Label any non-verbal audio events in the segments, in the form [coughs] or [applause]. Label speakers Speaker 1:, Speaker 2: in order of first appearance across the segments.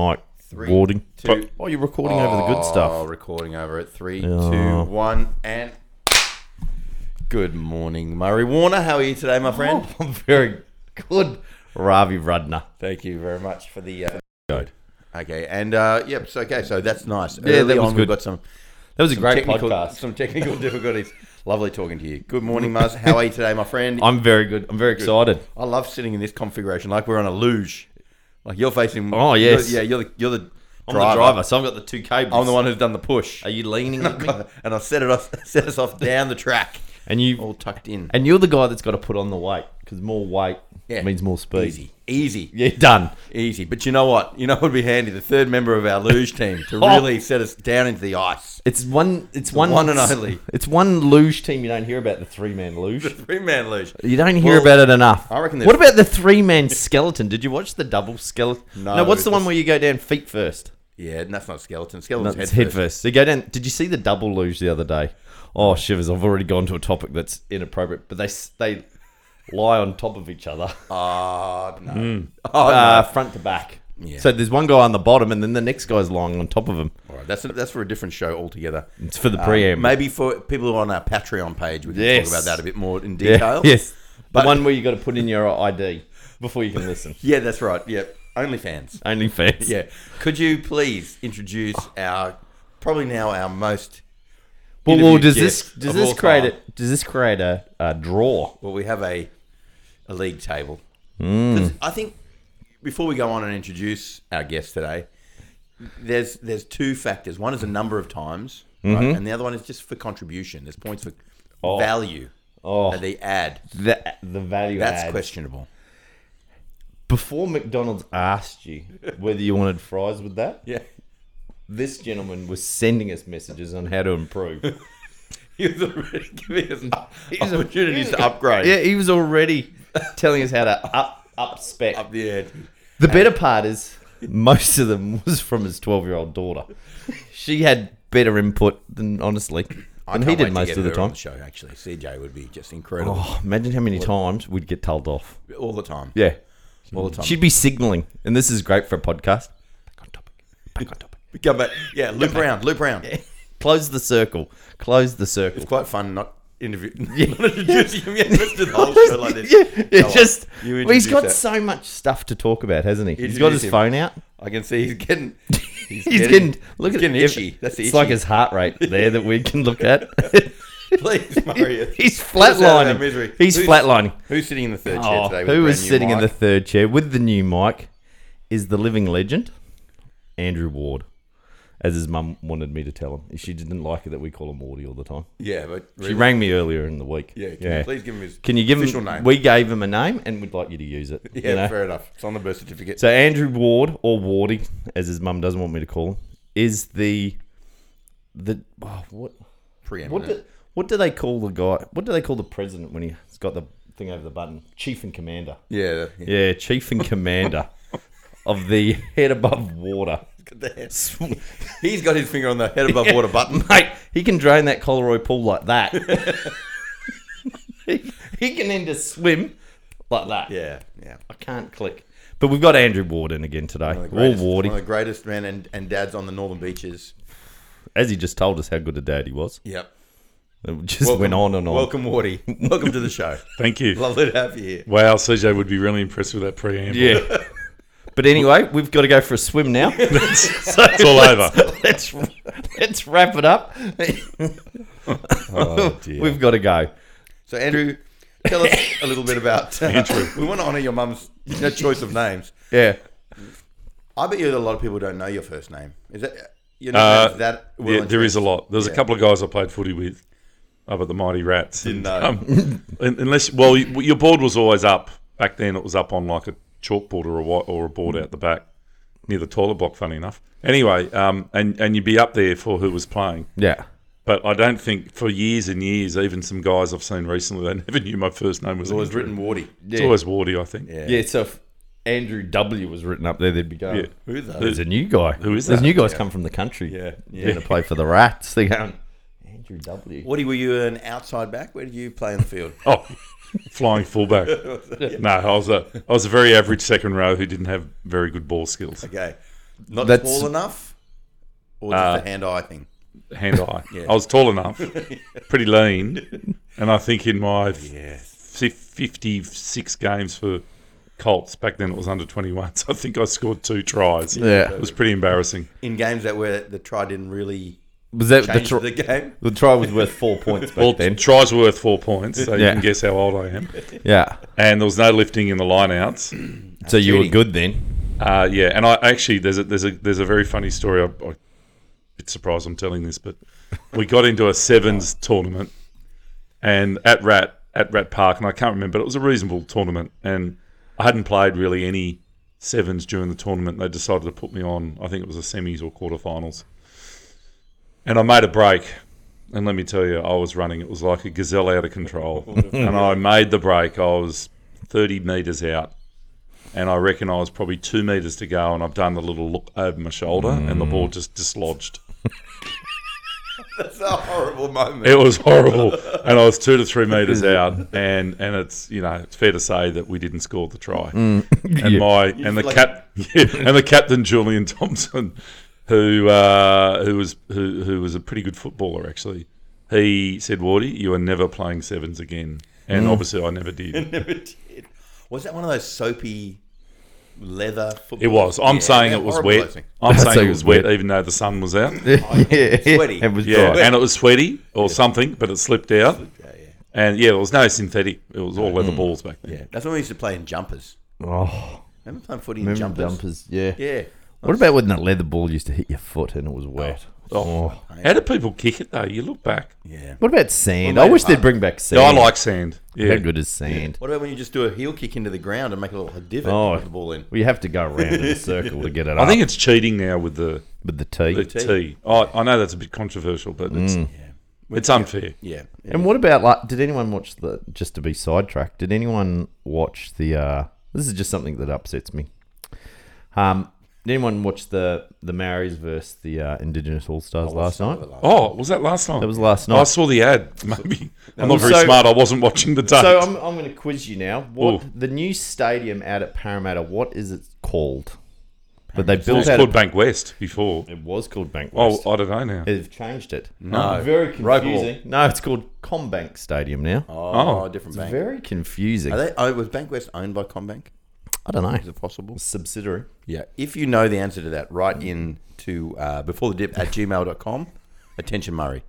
Speaker 1: Mike
Speaker 2: Three,
Speaker 1: Warding.
Speaker 2: two-
Speaker 1: oh, you're recording over the good
Speaker 2: Oh,
Speaker 1: stuff.
Speaker 2: recording over at three, two, one,
Speaker 1: Yeah.
Speaker 2: and good morning, Murray Warner. How are you today, my friend?
Speaker 1: [laughs] I'm very good. Ravi Rudner.
Speaker 2: Thank you very much for the uh, Okay, and uh, yep. So okay, so that's nice.
Speaker 1: Yeah, that
Speaker 2: Early
Speaker 1: was
Speaker 2: on,
Speaker 1: good.
Speaker 2: We've got some.
Speaker 1: That was a great
Speaker 2: technical,
Speaker 1: podcast.
Speaker 2: Some technical [laughs] difficulties. Lovely talking to you. Good morning, Muzz. How are you today, my friend?
Speaker 1: I'm very good. I'm very excited.
Speaker 2: I love sitting in this configuration, like we're on a luge. Like you're facing.
Speaker 1: Oh, yes.
Speaker 2: you're, yeah. You're the you're the
Speaker 1: I'm the driver, so I've got the two cables.
Speaker 2: I'm the one who's done the push.
Speaker 1: Are you leaning with me?
Speaker 2: [laughs] and I set it off, [laughs] set us off down the track,
Speaker 1: And you
Speaker 2: all tucked in.
Speaker 1: and you're the guy that's got to put on the weight because more weight
Speaker 2: Yeah.
Speaker 1: means more speed.
Speaker 2: Easy, easy,
Speaker 1: Yeah, done.
Speaker 2: easy. But you know what? You know what would be handy? The third member of our luge team
Speaker 1: [laughs]
Speaker 2: to
Speaker 1: Oh.
Speaker 2: really set us down into the ice. [laughs]
Speaker 1: It's one. It's one.
Speaker 2: one and only.
Speaker 1: It's one luge team. You don't hear about the three man luge.
Speaker 2: Three man luge.
Speaker 1: You don't hear
Speaker 2: Well,
Speaker 1: about it enough.
Speaker 2: I reckon
Speaker 1: What
Speaker 2: there's-
Speaker 1: about the three man skeleton? Did you watch the double skeleton?
Speaker 2: No,
Speaker 1: What's the
Speaker 2: it
Speaker 1: one
Speaker 2: was-
Speaker 1: where you go down feet first?
Speaker 2: Yeah, and that's not skeleton.
Speaker 1: No,
Speaker 2: Skeleton's
Speaker 1: it's
Speaker 2: head,
Speaker 1: head first. So you go down. Did you see the double luge the other day? Oh shivers! I've already gone to a topic that's inappropriate, but they s- they lie on top of each other,
Speaker 2: Oh no. [laughs] Oh
Speaker 1: uh, front to back.
Speaker 2: Yeah.
Speaker 1: So there's one guy on the bottom, and then the next guy's lying on top of him.
Speaker 2: no. All right, that's that's for a different show altogether.
Speaker 1: It's for the
Speaker 2: Um,
Speaker 1: preamble.
Speaker 2: maybe for people who are on our Patreon page, we can
Speaker 1: Yes.
Speaker 2: talk about that a bit more
Speaker 1: [laughs]
Speaker 2: in
Speaker 1: Yeah, [laughs]
Speaker 2: detail.
Speaker 1: Yes,
Speaker 2: But-
Speaker 1: the one where you got to put in your ID before you can listen.
Speaker 2: Yeah, that's right. Yep. OnlyFans.
Speaker 1: Only fans.
Speaker 2: [laughs] Yeah. Could you please introduce our probably now our most
Speaker 1: Well, well,
Speaker 2: Interview
Speaker 1: does this
Speaker 2: guest
Speaker 1: does
Speaker 2: of
Speaker 1: this
Speaker 2: all
Speaker 1: create
Speaker 2: time.
Speaker 1: a does this create a, a draw?
Speaker 2: well we have a a league table. 'Cause I think before we go on and introduce our guest today, there's there's two factors. One is the number of times, right? and the other one is just for contribution. There's points for value
Speaker 1: Oh.
Speaker 2: that they add.
Speaker 1: The the value
Speaker 2: That's
Speaker 1: add.
Speaker 2: questionable.
Speaker 1: Before McDonald's asked you whether you wanted fries with that,
Speaker 2: Yeah. [laughs]
Speaker 1: this gentleman was sending us messages on how to
Speaker 2: [laughs]
Speaker 1: improve.
Speaker 2: He was already [laughs] giving us
Speaker 1: was-
Speaker 2: [laughs] opportunities to upgrade.
Speaker 1: yeah, he was already telling us how to up up spec.
Speaker 2: Up the edge.
Speaker 1: The better part is most of them was from his twelve year old daughter. She had better input than honestly, and he
Speaker 2: can't wait
Speaker 1: did
Speaker 2: to
Speaker 1: most
Speaker 2: get
Speaker 1: of the
Speaker 2: her on
Speaker 1: time.
Speaker 2: show actually, CJ would be just incredible
Speaker 1: Oh, imagine how many times we'd get told off.
Speaker 2: all the time.
Speaker 1: Yeah,
Speaker 2: all the time.
Speaker 1: she'd be signaling, and this is great for a podcast. Back on topic. Back on topic.
Speaker 2: Come back. Yeah, loop around, loop around.
Speaker 1: Close the circle. Close the circle.
Speaker 2: It's [laughs] quite fun not interview, [laughs] not introducing him. Yeah, let's do the whole show like
Speaker 1: [laughs]
Speaker 2: this.
Speaker 1: Yeah,
Speaker 2: Go
Speaker 1: it's
Speaker 2: on.
Speaker 1: just
Speaker 2: You
Speaker 1: well, he's
Speaker 2: introduce
Speaker 1: got
Speaker 2: that.
Speaker 1: so much stuff to talk about, hasn't he? He's got his
Speaker 2: Introduce him.
Speaker 1: phone out.
Speaker 2: I can see he's getting. [laughs] He's,
Speaker 1: He's getting, look
Speaker 2: he's
Speaker 1: at
Speaker 2: getting
Speaker 1: it.
Speaker 2: itchy. That's the
Speaker 1: it's
Speaker 2: itchy.
Speaker 1: like his heart
Speaker 2: [laughs]
Speaker 1: rate there that we can look at.
Speaker 2: Please, Mario.
Speaker 1: [laughs] he's
Speaker 2: Put us out of our
Speaker 1: flatlining.
Speaker 2: misery.
Speaker 1: He's
Speaker 2: Who's-
Speaker 1: flatlining.
Speaker 2: Who's sitting in the third chair
Speaker 1: Oh,
Speaker 2: today? With
Speaker 1: who
Speaker 2: a
Speaker 1: is
Speaker 2: brand new
Speaker 1: sitting in the
Speaker 2: mic?
Speaker 1: third chair with the new mic? Is the living legend Andrew Ward, as his mum wanted me to tell him. She didn't like it that we call him Wardy all the time.
Speaker 2: Yeah, but
Speaker 1: She rang me earlier in the week.
Speaker 2: yeah, can You please give him his
Speaker 1: Can you give
Speaker 2: official
Speaker 1: him?
Speaker 2: name?
Speaker 1: We gave him a name, and we'd like you to use it. you
Speaker 2: yeah,
Speaker 1: know?
Speaker 2: fair enough. It's on the birth certificate.
Speaker 1: So Andrew Ward or Wardy, as his mum doesn't want me to call him, is the the oh, what
Speaker 2: Preeminent.
Speaker 1: what do, what do they call the guy? What do they call the president when he's got the thing over the button? Chief and commander.
Speaker 2: yeah, yeah.
Speaker 1: Yeah, chief and
Speaker 2: [laughs]
Speaker 1: commander of the head above water.
Speaker 2: He's got his finger on the head above
Speaker 1: [laughs]
Speaker 2: water button.
Speaker 1: Mate, he can drain that Coleroy pool like that.
Speaker 2: [laughs]
Speaker 1: [laughs] he, he can end a swim like that.
Speaker 2: Yeah, yeah.
Speaker 1: I can't click. But we've got Andrew Ward in again today.
Speaker 2: One
Speaker 1: All
Speaker 2: of the greatest- One of
Speaker 1: Wardy.
Speaker 2: the greatest men and, and dads on the northern beaches.
Speaker 1: As he just told us how good a dad he was.
Speaker 2: Yep.
Speaker 1: It just went on and on.
Speaker 2: Welcome, Wardy. Welcome to
Speaker 1: [laughs]
Speaker 2: the show.
Speaker 3: Thank you.
Speaker 2: Lovely to have you here.
Speaker 3: Wow, CJ would be really impressed with that preamble. [laughs]
Speaker 1: Yeah. but anyway, we've got to go for a swim now.
Speaker 3: That's- it's all over.
Speaker 1: [laughs] let's let's wrap it up.
Speaker 2: [laughs]
Speaker 1: We've got to go.
Speaker 2: So, Andrew, tell us a little bit about.
Speaker 3: [laughs] Andrew.
Speaker 2: [laughs] we want to honour your mum's your choice of names.
Speaker 1: Yeah.
Speaker 2: I bet you that a lot of people don't know your first name. Is that you know
Speaker 3: Uh,
Speaker 2: that? well
Speaker 3: yeah, there is a
Speaker 2: entrenched?
Speaker 3: lot. There's
Speaker 2: Yeah.
Speaker 3: a couple of guys I played footy with up at the Mighty Rats.
Speaker 2: Didn't
Speaker 3: And,
Speaker 2: know.
Speaker 3: um, un- unless, well, y- your board was always up. Back then, it was up on like a chalkboard or a white, or a board out the back near the toilet block. Funny enough. Anyway, um, and and you'd be up there for who was playing.
Speaker 1: Yeah.
Speaker 3: But I don't think for years and years, even some guys I've seen recently, they [laughs] never knew my first name was.
Speaker 2: It was
Speaker 3: Andrew.
Speaker 2: written Wardy.
Speaker 3: It's always Wardy, I think.
Speaker 2: Yeah.
Speaker 1: Yeah, so if Andrew W was written up there, they'd be going. "Oh,
Speaker 3: Yeah.
Speaker 2: Who though?
Speaker 1: There's a new guy. Who
Speaker 3: is
Speaker 1: Those
Speaker 3: that?
Speaker 1: new guys come from the country.
Speaker 2: Yeah, yeah.
Speaker 1: They're gonna play for the rats. They're going Andrew W.
Speaker 2: Wardy, were you an outside back? Where did you play in the field?
Speaker 3: Oh, [laughs] flying fullback. no, I was a I was a very average second row who didn't have very good ball skills.
Speaker 2: Okay. Not
Speaker 1: That's-
Speaker 2: tall enough, or just
Speaker 3: Uh,
Speaker 2: the hand-eye thing.
Speaker 3: hand eye.
Speaker 2: Yeah.
Speaker 3: I was tall enough, pretty lean, and I think in my fif- 56 games for Colts back then it was under 21, so I think I scored two tries.
Speaker 1: Yeah.
Speaker 3: it was pretty embarrassing.
Speaker 2: In games that where the try didn't really
Speaker 1: Was that the,
Speaker 2: change
Speaker 1: tr-
Speaker 2: the game. [laughs]
Speaker 1: the try was worth four points back
Speaker 3: Well,
Speaker 1: then?
Speaker 3: tries were worth four points, so
Speaker 1: Yeah.
Speaker 3: you can guess how old I am.
Speaker 1: yeah.
Speaker 3: And there was no lifting in the lineouts.
Speaker 1: So you were
Speaker 2: cheating.
Speaker 1: good then.
Speaker 3: Uh, yeah, and I actually there's a there's a there's a very funny story. I, I'm a bit surprised I'm telling this, but we got into a sevens tournament and at Rat at Rat Park, and I can't remember, but it was a reasonable tournament, and I hadn't played really any sevens during the tournament. They decided to put me on. I think it was a semis or quarterfinals, and I made a break. And let me tell you, I was running. It was like a gazelle out of control, and I made the break. I was 30 meters out and I reckon I was probably two meters to go, and I've done the little look over my shoulder, and the ball just dislodged. [laughs]
Speaker 2: That's a horrible moment.
Speaker 3: It was horrible, and I was two to three meters out, and and it's you know it's fair to say that we didn't score the try, and
Speaker 1: Mm. [laughs] Yeah.
Speaker 3: my and the
Speaker 2: like-
Speaker 3: cap [laughs] yeah, and the captain Julian Thompson, who uh, who was who who was a pretty good footballer actually, he said, "Wardy, you are never playing sevens again," and
Speaker 1: Mm.
Speaker 3: obviously I never did.
Speaker 2: Never did. Was that one of those soapy leather football?
Speaker 3: It was. I'm
Speaker 2: Yeah,
Speaker 3: saying
Speaker 2: they're
Speaker 3: it was
Speaker 2: horrible,
Speaker 3: wet.
Speaker 2: those things.
Speaker 3: I'm
Speaker 1: That's
Speaker 3: saying
Speaker 1: like
Speaker 3: it was wet,
Speaker 1: wet.
Speaker 3: even though the sun was out. [laughs]
Speaker 1: yeah.
Speaker 2: sweaty.
Speaker 1: It was
Speaker 3: Yeah,
Speaker 1: dry.
Speaker 3: and it was sweaty or something, but it slipped out.
Speaker 2: Yeah, yeah.
Speaker 3: And yeah, there was no synthetic. It was all
Speaker 1: Mm.
Speaker 3: leather balls back then.
Speaker 2: Yeah, that's when we used to play in jumpers.
Speaker 1: Oh,
Speaker 2: Remember playing footy in
Speaker 1: remember
Speaker 2: jumpers?
Speaker 1: jumpers? Yeah.
Speaker 2: Yeah.
Speaker 1: What about when that leather ball used to hit your foot and it was wet?
Speaker 3: Oh.
Speaker 1: Oh.
Speaker 3: How do people kick it though? You look back.
Speaker 2: Yeah.
Speaker 1: What about sand?
Speaker 2: Well,
Speaker 1: I wish
Speaker 2: mate,
Speaker 1: they'd bring back sand.
Speaker 3: Yeah, I like sand.
Speaker 1: How
Speaker 3: Yeah.
Speaker 1: good is sand?
Speaker 2: What about when you just do a heel kick into the ground and make a little divot
Speaker 1: Oh.
Speaker 2: and put the ball in?
Speaker 1: We have to go around
Speaker 3: [laughs]
Speaker 1: in a circle to get it
Speaker 3: I
Speaker 1: up
Speaker 3: think it's cheating now with the,
Speaker 1: with the tee.
Speaker 3: the tee. I, I know that's a bit controversial, but it's
Speaker 1: Mm.
Speaker 3: it's unfair.
Speaker 2: Yeah.
Speaker 1: And what about like? Did anyone watch the? Just to be sidetracked, did anyone watch the? uh This is just something that upsets me. Um, did anyone watch the the Maoris versus the uh, Indigenous All Stars last night?
Speaker 3: Oh, was that last night?
Speaker 1: That was last
Speaker 3: I
Speaker 1: night.
Speaker 3: saw the ad. [laughs] Maybe I'm not very
Speaker 1: So-
Speaker 3: smart. I wasn't watching the date.
Speaker 1: So I'm, I'm going to quiz you now. What
Speaker 3: Ooh.
Speaker 1: the new stadium out at Parramatta? What is it called? But they
Speaker 3: it
Speaker 1: built
Speaker 3: was
Speaker 1: out.
Speaker 3: called Bank West before.
Speaker 1: it was called Bank West.
Speaker 3: Oh, I don't know now.
Speaker 1: They've changed it.
Speaker 2: No.
Speaker 1: very
Speaker 2: Rope wall.
Speaker 1: confusing. No, it's called Combank Stadium now.
Speaker 2: Oh,
Speaker 3: Oh.
Speaker 2: different
Speaker 1: It's
Speaker 2: bank.
Speaker 1: very confusing.
Speaker 2: Are they, oh, was Bankwest owned by Combank?
Speaker 1: I don't know.
Speaker 2: Is it possible?
Speaker 3: [laughs]
Speaker 1: Subsidiary.
Speaker 2: Yeah. If you know the answer to that, write in to uh, before the dip at gmail.com. Attention, Murray.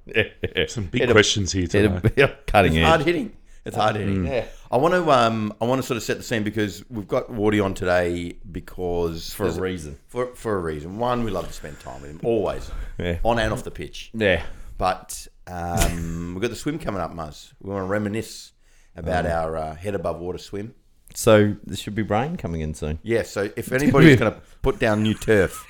Speaker 3: Some big
Speaker 1: It'll-
Speaker 3: questions here today.
Speaker 1: [laughs] cutting
Speaker 2: It's
Speaker 1: edge.
Speaker 2: hard hitting. It's hard hitting.
Speaker 1: Yeah.
Speaker 2: I want to um, I want to sort of set the scene because we've got Wardy on today because
Speaker 1: For a reason.
Speaker 2: for for a reason. One, we love to spend time with him always,
Speaker 1: Yeah.
Speaker 2: on and off the pitch.
Speaker 1: Yeah.
Speaker 2: But um, [laughs] we've got the swim coming up, Muzz. We want to reminisce about
Speaker 1: Oh.
Speaker 2: our uh, head above water swim.
Speaker 1: So there should be rain coming in soon.
Speaker 2: Yeah. So
Speaker 1: [laughs]
Speaker 2: if anybody's going to put down new turf,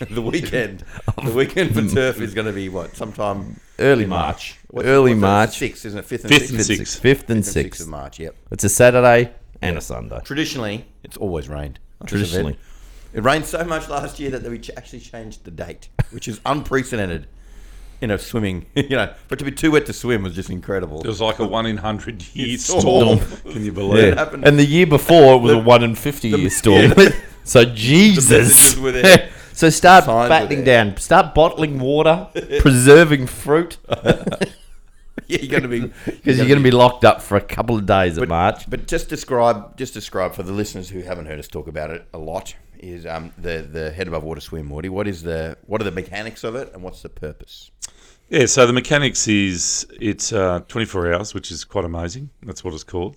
Speaker 2: [laughs]
Speaker 1: [laughs]
Speaker 2: the weekend, the weekend for turf is going to be what sometime
Speaker 1: Early March. Early March.
Speaker 2: Six, isn't it? Fifth and
Speaker 3: Fifth
Speaker 2: sixth?
Speaker 3: and sixth. Six.
Speaker 1: Fifth and
Speaker 2: Fifth and sixth
Speaker 1: sixth.
Speaker 2: of March. Yep.
Speaker 1: It's a Saturday and a Sunday.
Speaker 2: Traditionally, it's always rained.
Speaker 1: Traditionally.
Speaker 2: It rained so much last year that we ch- actually changed the date, which is unprecedented in a swimming, [laughs] you know. But to be too wet to swim was just incredible.
Speaker 3: It was like a one in hundred year
Speaker 2: Storm.
Speaker 3: storm. [laughs] Can you believe?
Speaker 2: Yeah. happened-
Speaker 1: And the year before, it was a 1 in 50 year storm. [laughs] so, Jesus.
Speaker 2: messages were there.
Speaker 1: [laughs] so, start
Speaker 2: Signs were
Speaker 1: battening
Speaker 2: there.
Speaker 1: down. Start bottling water, preserving fruit,
Speaker 2: yeah, [laughs] you're
Speaker 1: [laughs]
Speaker 2: going to be
Speaker 1: because you're going to be locked up for a couple of days at March.
Speaker 2: But just describe, just describe for the listeners who haven't heard us talk about it a lot is um, the the head above water swim, Woody. What is the what are the mechanics of it, and what's the purpose?
Speaker 3: Yeah, so the mechanics is it's uh, 24 hours, which is quite amazing. That's what it's called.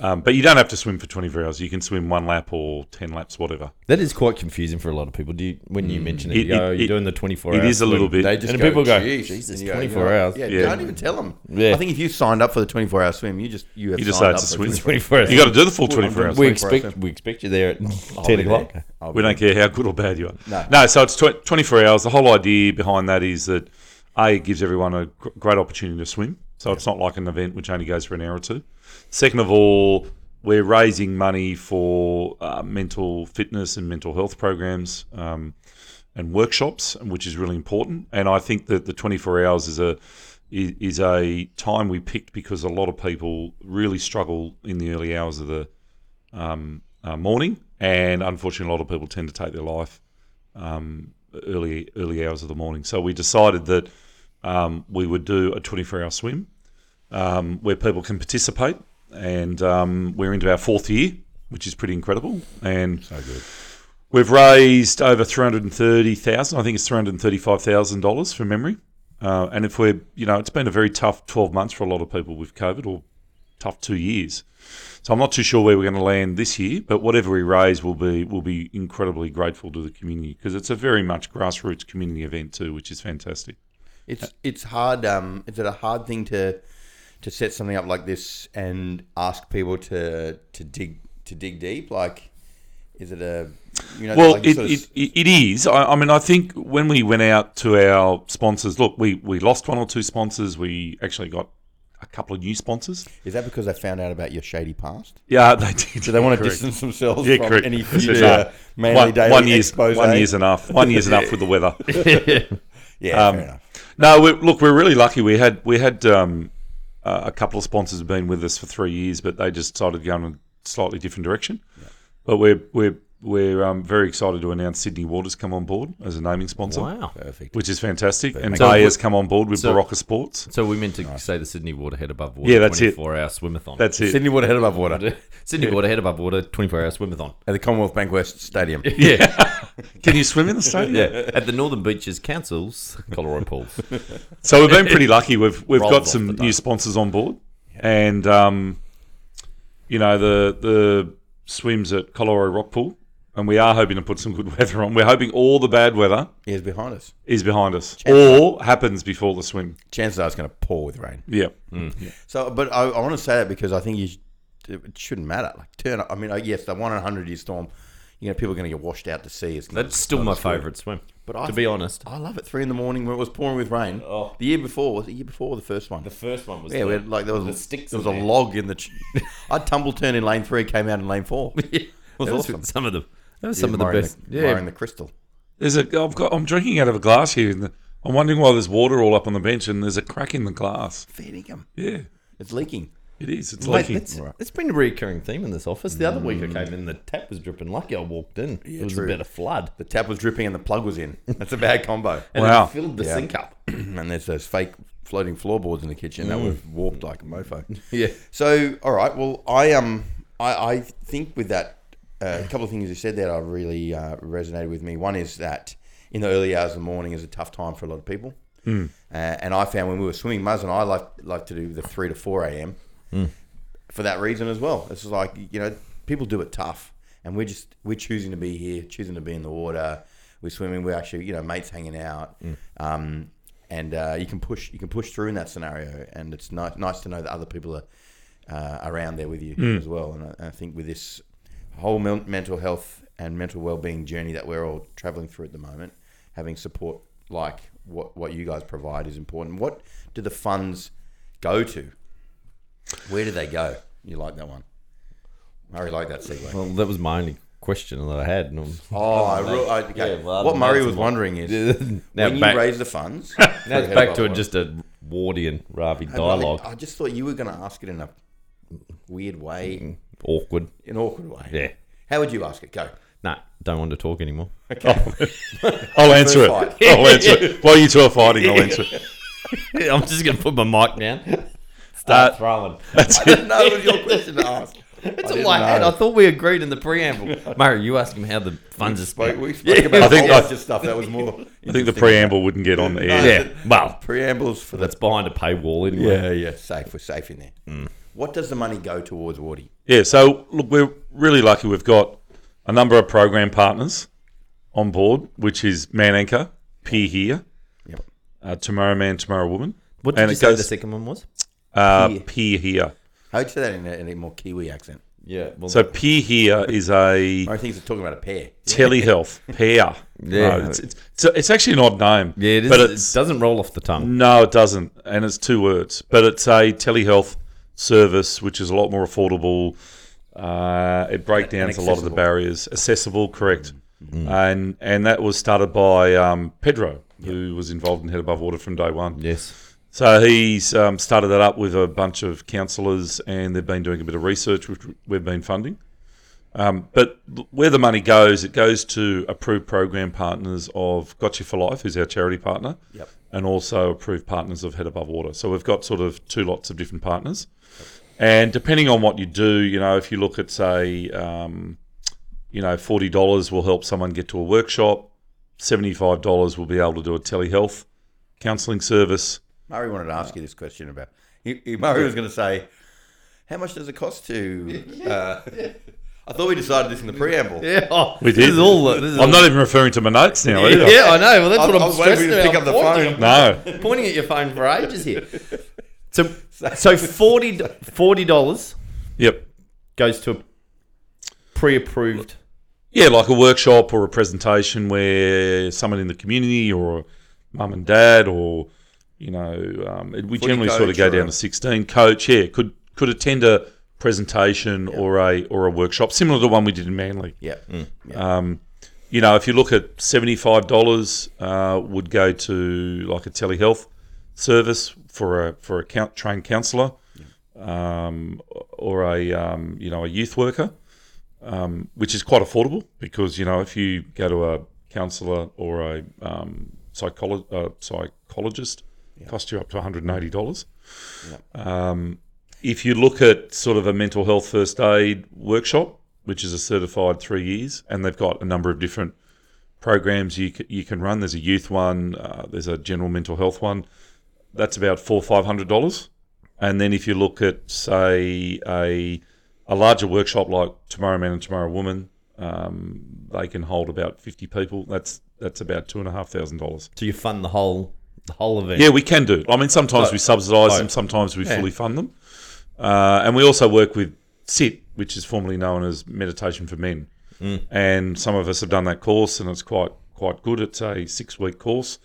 Speaker 3: Um, but you don't have to swim for 24 hours. You can swim one lap or 10 laps, whatever.
Speaker 1: That is quite confusing for a lot of people. Do you, when you mention it,
Speaker 3: It-
Speaker 1: you go,
Speaker 3: it-
Speaker 1: "Oh, you're
Speaker 3: it-
Speaker 1: doing the 24
Speaker 3: It
Speaker 1: hours.
Speaker 3: is a little bit.
Speaker 1: And people go, Jesus,
Speaker 2: And you go,
Speaker 1: 24
Speaker 2: you know,
Speaker 1: hours.
Speaker 2: Yeah,
Speaker 1: [laughs]
Speaker 3: Yeah.
Speaker 2: don't even tell them.
Speaker 1: Yeah.
Speaker 2: I think if you signed up for the 24 hour swim, you just you have
Speaker 3: You just
Speaker 2: signed
Speaker 3: say it's
Speaker 2: up
Speaker 3: a
Speaker 2: for
Speaker 3: swim.
Speaker 1: 24 hours.
Speaker 3: you got to do the full 24
Speaker 2: doing
Speaker 3: hours.
Speaker 1: we
Speaker 2: 24
Speaker 1: expect
Speaker 2: hours.
Speaker 1: we expect you there at [laughs]
Speaker 2: I'll
Speaker 1: 10
Speaker 2: be
Speaker 1: o'clock.
Speaker 2: there. I'll be
Speaker 3: We don't care how good or bad you are.
Speaker 2: No.
Speaker 3: so it's tw- 24 hours. The whole idea behind that is that A, it gives everyone a gr- great opportunity to swim. So it's not like an event which only goes for an hour or two. Second of all, we're raising money for uh, mental fitness and mental health programs um, and workshops, which is really important. And I think that the 24 hours is a is is a time we picked because a lot of people really struggle in the early hours of the um, uh, morning, and unfortunately, a lot of people tend to take their life um, early early hours of the morning. So we decided that um, we would do a 24 hour swim um, where people can participate, and um, we're into our fourth year, which is pretty incredible. And
Speaker 4: So good.
Speaker 3: We've raised over three hundred and thirty thousand. I think it's three hundred and thirty-five thousand dollars from memory. Uh, and if we're, you know, it's been a very tough twelve months for a lot of people with COVID, or tough two years. So I'm not too sure where we're going to land this year, but whatever we raise will be will be incredibly grateful to the community because it's a very much grassroots community event too, which is fantastic.
Speaker 2: It's it's hard. Um, is it a hard thing to to set something up like this and ask people to to dig to dig deep? Like, is it a you know?
Speaker 3: Well,
Speaker 2: like you
Speaker 3: it,
Speaker 2: sort of
Speaker 3: it, it, it is. I, I mean, I think when we went out to our sponsors, look, we, we lost one or two sponsors. We actually got a couple of new sponsors.
Speaker 2: Is that because they found out about your shady past?
Speaker 3: Yeah, they did.
Speaker 2: Do they want to distance themselves
Speaker 3: Yeah,
Speaker 2: from
Speaker 3: correct.
Speaker 2: any
Speaker 3: This is
Speaker 2: future
Speaker 3: a-
Speaker 2: manly
Speaker 3: one,
Speaker 2: daily
Speaker 3: one year's
Speaker 2: expose?
Speaker 3: one year's enough. One year's enough with
Speaker 2: [laughs]
Speaker 3: the weather.
Speaker 2: Yeah, fair enough.
Speaker 3: No, we, look, we're really lucky. We had we had um, uh, a couple of sponsors have been with us for three years, but they just decided to go in a slightly different direction. But we're we're we're um, very excited to announce Sydney Waters come on board as a naming sponsor,
Speaker 1: Wow.
Speaker 2: Perfect.
Speaker 3: which is fantastic. And
Speaker 1: So-
Speaker 3: Day has come on board with
Speaker 1: so-
Speaker 3: Barocca Sports.
Speaker 1: So we meant to say the Sydney Waterhead above water.
Speaker 3: Yeah, that's it.
Speaker 1: 24 hour swimathon.
Speaker 3: That's it.
Speaker 2: Sydney Water head above water
Speaker 1: [laughs] Sydney Waterhead above water. 24 hour swimathon.
Speaker 2: at the Commonwealth Bank West Stadium.
Speaker 1: [laughs]
Speaker 2: [laughs]
Speaker 1: Yeah,
Speaker 3: [laughs] Can you swim in the stadium?
Speaker 1: yeah. [laughs] At the Northern Beaches Council's Collaroy [laughs] Pools.
Speaker 3: So we've been pretty lucky. We've we've
Speaker 1: Rolls
Speaker 3: got
Speaker 1: off
Speaker 3: some
Speaker 1: the
Speaker 3: new
Speaker 1: tongue.
Speaker 3: sponsors on board, and um, you know the the swims at Colorado Rockpool, and we are hoping to put some good weather on. We're hoping all the bad weather
Speaker 2: He's behind us.
Speaker 3: is behind us, or happens before the swim.
Speaker 2: Chances are it's going to pour with rain.
Speaker 3: Yeah,
Speaker 1: Hmm.
Speaker 2: So, but I, I want to say that because I think you sh- it shouldn't matter. Like turn. I mean, uh, yes, the one in a hundred year storm. You know, people are going to get washed out to sea. It's not,
Speaker 1: That's still my favourite swim.
Speaker 2: But
Speaker 1: But
Speaker 2: I
Speaker 1: to be honest,
Speaker 2: I love it. Three in the morning when it was pouring with rain.
Speaker 1: Oh.
Speaker 2: The year before was it the year before or the first one.
Speaker 1: the first one was
Speaker 2: yeah, we
Speaker 1: [laughs]
Speaker 2: had, like there was
Speaker 1: the
Speaker 2: a,
Speaker 1: sticks
Speaker 2: there was a
Speaker 1: in there.
Speaker 2: log in the. [laughs] Tr- I tumble turn in lane three, came out in lane four.
Speaker 1: it was
Speaker 2: That was
Speaker 1: awesome. Some of them. That was some of the
Speaker 2: Murray and
Speaker 1: best.
Speaker 2: The,
Speaker 1: yeah,
Speaker 2: Murray and the crystal.
Speaker 3: there's a. I've got. I'm drinking out of a glass here. And I'm wondering why there's water all up on the bench, and there's a crack in the glass.
Speaker 2: Feeding him.
Speaker 3: Yeah,
Speaker 2: It's leaking.
Speaker 3: it is. It's
Speaker 1: Mate,
Speaker 3: leaking.
Speaker 1: that's, it's been a recurring theme in this office. The other week I came in, the tap was dripping. Lucky I walked in. it was
Speaker 2: true.
Speaker 1: a bit of flood.
Speaker 2: The tap was dripping and the plug was in. That's a bad combo.
Speaker 1: [laughs] And
Speaker 3: Wow.
Speaker 1: it filled the
Speaker 2: Yeah.
Speaker 1: sink up.
Speaker 2: [coughs] and there's those fake floating floorboards in the kitchen that were warped like a mofo.
Speaker 1: Mm. [laughs] Yeah.
Speaker 2: So, all right. Well, I um, I, I think with that, uh, a couple of things you said there, I really uh, resonated with me. One is that in the early hours of the morning is a tough time for a lot of people, mm. uh, and I found when we were swimming, Muzz and I like like to do the three to four a.m. for that reason as well. It's just like you know, people do it tough, and we're just we're choosing to be here, choosing to be in the water. We're swimming. We're actually you know mates hanging out. Um, and uh, you can push you can push through in that scenario, and it's nice nice to know that other people are uh, around there with you as well. And I, I think with this whole men- mental health and mental well-being journey that we're all traveling through at the moment, having support like what what you guys provide is important. What do the funds go to? Where do they go? You like that one? Murray liked that segue.
Speaker 1: Well, that was my only question that I had. and I'm-
Speaker 2: Oh, I, re- I- okay.
Speaker 1: Yeah, well,
Speaker 2: what Murray
Speaker 1: that's
Speaker 2: was
Speaker 1: what-
Speaker 2: wondering is
Speaker 1: [laughs] now
Speaker 2: when
Speaker 1: back,
Speaker 2: you raise
Speaker 1: [laughs]
Speaker 2: the funds.
Speaker 1: now it's back to a, just a Wardy and Ravi dialogue.
Speaker 2: I just thought you were going to ask it in a weird way,
Speaker 1: Awkward.
Speaker 2: an awkward way.
Speaker 1: Mm-hmm. Yeah.
Speaker 2: How would you ask it? Go. [laughs]
Speaker 1: Nah, don't want to talk anymore. [laughs]
Speaker 3: [laughs] I'll answer it.
Speaker 2: fight.
Speaker 3: I'll answer
Speaker 1: [laughs]
Speaker 3: it. While you two are fighting, I'll answer it.
Speaker 1: I'm just going to put my mic
Speaker 2: [laughs]
Speaker 1: down. Start
Speaker 3: Uh,
Speaker 1: throwing.
Speaker 2: I didn't know it was your question
Speaker 1: [laughs]
Speaker 2: to ask.
Speaker 1: It's
Speaker 2: I
Speaker 1: a
Speaker 2: didn't
Speaker 1: light hat.
Speaker 2: know.
Speaker 1: I thought we agreed in the
Speaker 2: [laughs]
Speaker 1: preamble. Murray, you asked him how the funds are
Speaker 2: But
Speaker 1: spent.
Speaker 2: we spoke about
Speaker 3: I think
Speaker 2: all
Speaker 3: I-
Speaker 2: bunch of stuff that
Speaker 1: [laughs]
Speaker 2: was more.
Speaker 3: I think the preamble wouldn't get on the air.
Speaker 1: Yeah, well,
Speaker 2: Preambles for the
Speaker 1: that's Mm. behind a paywall anyway.
Speaker 2: yeah yeah safe. We're safe in there. What does the money go towards, Wardy?
Speaker 3: Yeah, so look, we're really lucky. We've got a number of program partners on board, which is Man Anchor, Peer Here,
Speaker 2: Yep.
Speaker 3: uh, Tomorrow Man, Tomorrow Woman.
Speaker 1: What did
Speaker 3: and
Speaker 1: you
Speaker 3: it
Speaker 1: say the
Speaker 3: goes
Speaker 1: second one was?
Speaker 3: uh, Peer Here.
Speaker 2: How'd you say that in a, in a more Kiwi accent?
Speaker 1: Yeah. Well,
Speaker 3: So Peer Here is a
Speaker 2: I think he's talking about a pair.
Speaker 3: telehealth pair.
Speaker 1: Yeah.
Speaker 3: it's, it's, it's, it's actually an odd name.
Speaker 1: yeah, it, is,
Speaker 3: but
Speaker 1: it doesn't roll off the
Speaker 2: Mm.
Speaker 1: tongue.
Speaker 3: No, it doesn't, and it's two words. But it's a telehealth service, which is a lot more affordable. Uh, it breakdowns a lot of the
Speaker 2: accessible.
Speaker 3: barriers. Accessible, correct.
Speaker 1: Mm-hmm.
Speaker 3: And and that was started by um, Pedro, who was involved in Head Above Water from day
Speaker 2: [laughs]
Speaker 3: one.
Speaker 1: Yes.
Speaker 3: So he's um, started that up with a bunch of counsellors, and they've been doing a bit of research, which we've been funding. Um, but where the money goes, it goes to approved program partners of Got You for Life, who's our charity partner,
Speaker 2: Yep.
Speaker 3: and also approved partners of Head Above Water. So we've got sort of two lots of different partners. And depending on what you do, you know, if you look at, say, um, you know, $40 will help someone get to a workshop, $75 will be able to do a telehealth counselling service.
Speaker 2: Murray wanted to ask you this question about. He, he- Murray was going to say, "How much does it cost to?" Uh, I thought we decided this in the preamble.
Speaker 1: Yeah, oh,
Speaker 3: We
Speaker 1: This
Speaker 3: did.
Speaker 1: is all. This is
Speaker 3: I'm not even referring to my notes now either.
Speaker 1: [laughs] Yeah, I know. Well, that's
Speaker 2: I-
Speaker 1: what I'm
Speaker 2: I was waiting for
Speaker 1: stressing
Speaker 2: you to
Speaker 1: about.
Speaker 2: pick up the
Speaker 1: I'm pointing-
Speaker 2: phone.
Speaker 3: No.
Speaker 1: I'm pointing at your phone for ages here. [laughs] So, so 40 dollars
Speaker 3: Yep.
Speaker 1: goes to a pre-approved.
Speaker 3: Yeah, like a workshop or a presentation where someone in the community or mum and dad or you know um, it- we
Speaker 2: Footy
Speaker 3: generally sort of
Speaker 2: coach
Speaker 3: go
Speaker 2: or
Speaker 3: down
Speaker 2: a-
Speaker 3: to sixteen coach. Yeah, could could attend a presentation or a or a workshop similar to the one we did in Manly.
Speaker 2: Yeah. Mm.
Speaker 3: Um, you know, if you look at seventy-five dollars, uh, would go to like a telehealth service for a for a count, trained counsellor, um, or a um, you know a youth worker, um, which is quite affordable because you know if you go to a counsellor or a um, psycholo- uh, psychologist, cost you up to one hundred and eighty dollars. Um, if you look at sort of a mental health first aid workshop, which is a certified three years, and they've got a number of different programs you c- you can run. There's a youth one, uh, there's a general mental health one. That's about four five hundred dollars. And then if you look at say a a larger workshop like Tomorrow Man and Tomorrow Woman, um, they can hold about fifty people. That's that's about two and a half thousand dollars.
Speaker 1: So you fund the whole the whole event.
Speaker 3: Yeah, we can do. I mean, sometimes we subsidise them, sometimes we fully fund them, uh, and we also work with SIT, which is formerly known as Meditation for Men. And some of us have done that course, and it's quite quite good. It's a six week course,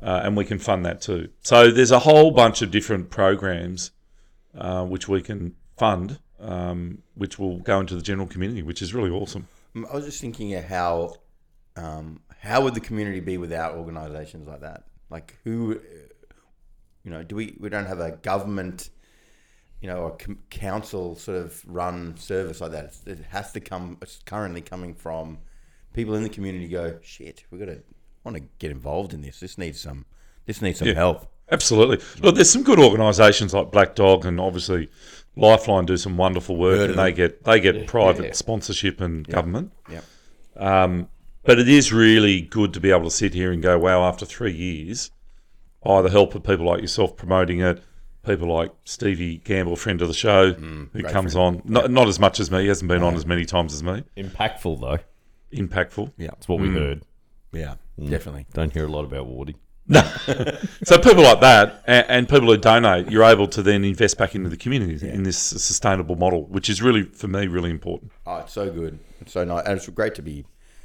Speaker 3: uh, and we can fund that too. So there's a whole bunch of different programs uh, which we can fund, um, which will go into the general community, which is really awesome.
Speaker 2: Um, I was just thinking of how um, how would the community be without organisations like that? Like who, uh, you know, do we we don't have a government, you know, or com- council sort of run service like that? It's, it has to come. It's currently coming from people in the community. Go shit. We got to want to get involved in this. This needs some. This needs some help.
Speaker 3: Absolutely. Look, there's some good organisations like Black Dog and obviously Lifeline do some wonderful work, and they get they get private sponsorship and government.
Speaker 2: Yep.
Speaker 3: Um, but it is really good to be able to sit here and go, wow, after three years, by the help of people like yourself promoting it, people like Stevie Gamble, friend of the show, who comes on, not, not as much as me, he hasn't been on as many times as me,
Speaker 1: Impactful though.
Speaker 3: impactful.
Speaker 2: Yeah.
Speaker 1: That's what we heard.
Speaker 2: Yeah. Definitely.
Speaker 1: Don't hear a lot about Wardy.
Speaker 3: So people like that and, and people who donate, you're able to then invest back into the community in this sustainable model, which is really for me
Speaker 2: [laughs]
Speaker 3: really important.
Speaker 2: Oh, it's so good. It's so nice, and it's great to be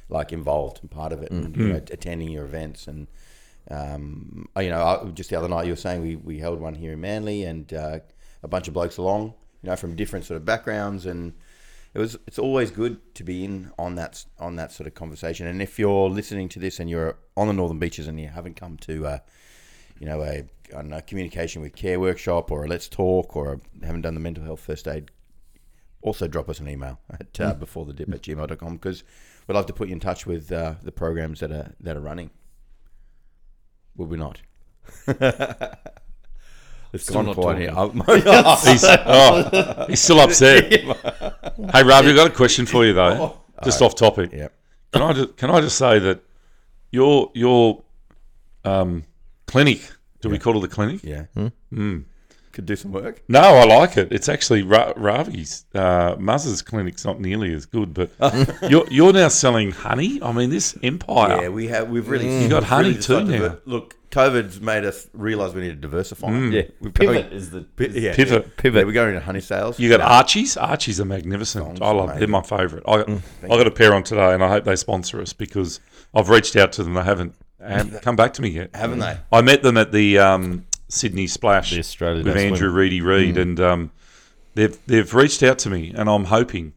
Speaker 2: like involved and part of it, and you know, attending your events. And um, you know, I, just the other night you were saying we, we held one here in Manly, and uh, a bunch of blokes along, you know, from different sort of backgrounds, and it was it's always good to be in on that on that sort of conversation. And if you're listening to this and you're on the northern beaches and you haven't come to uh, you know, a I don't know, communication with care workshop or a let's talk or a, haven't done the mental health first aid, also drop us an email at
Speaker 3: Mm.
Speaker 2: uh, before the dip at gmail.com because we'd love to put you in touch with uh, the programs that are that are running. Will we not? it's
Speaker 1: Still
Speaker 2: gone
Speaker 1: not
Speaker 2: quiet here. Oh, [laughs]
Speaker 3: He's, oh, he's still upset. Hey, Rob, I've got a question for you though, just off topic.
Speaker 2: Oh. yeah.
Speaker 3: Can I just, can I just say that your your um, clinic? Do we call it a clinic?
Speaker 2: Yeah. Hmm. Could do some work.
Speaker 3: No, I like it. It's actually Ra- Ravi's. Uh, Muzz's clinic's not nearly as
Speaker 2: [laughs]
Speaker 3: good, but you're, you're now selling honey. I mean, this empire.
Speaker 2: Yeah, we have. We've really
Speaker 3: Mm. You got
Speaker 2: we've
Speaker 3: honey
Speaker 2: really decided to
Speaker 3: too now.
Speaker 2: diver- Look, COVID's made us realise we need to diversify.
Speaker 1: Yeah,
Speaker 2: We've
Speaker 1: pivot
Speaker 2: got-
Speaker 1: is the
Speaker 2: yeah,
Speaker 3: Mm. Pivot.
Speaker 1: Pivot.
Speaker 2: Yeah, we're going into honey sales.
Speaker 3: You got Archie's. Archie's are magnificent. I love. They're my favourite. I I got a pair on today, and I hope they sponsor us because I've reached out to them. They haven't haven't come back to me yet.
Speaker 2: haven't they?
Speaker 3: I met them at the um, Sydney Splash
Speaker 1: The Australian
Speaker 3: with
Speaker 1: swim.
Speaker 3: Andrew Reedy Reed, and um, they've they've reached out to me, and I'm hoping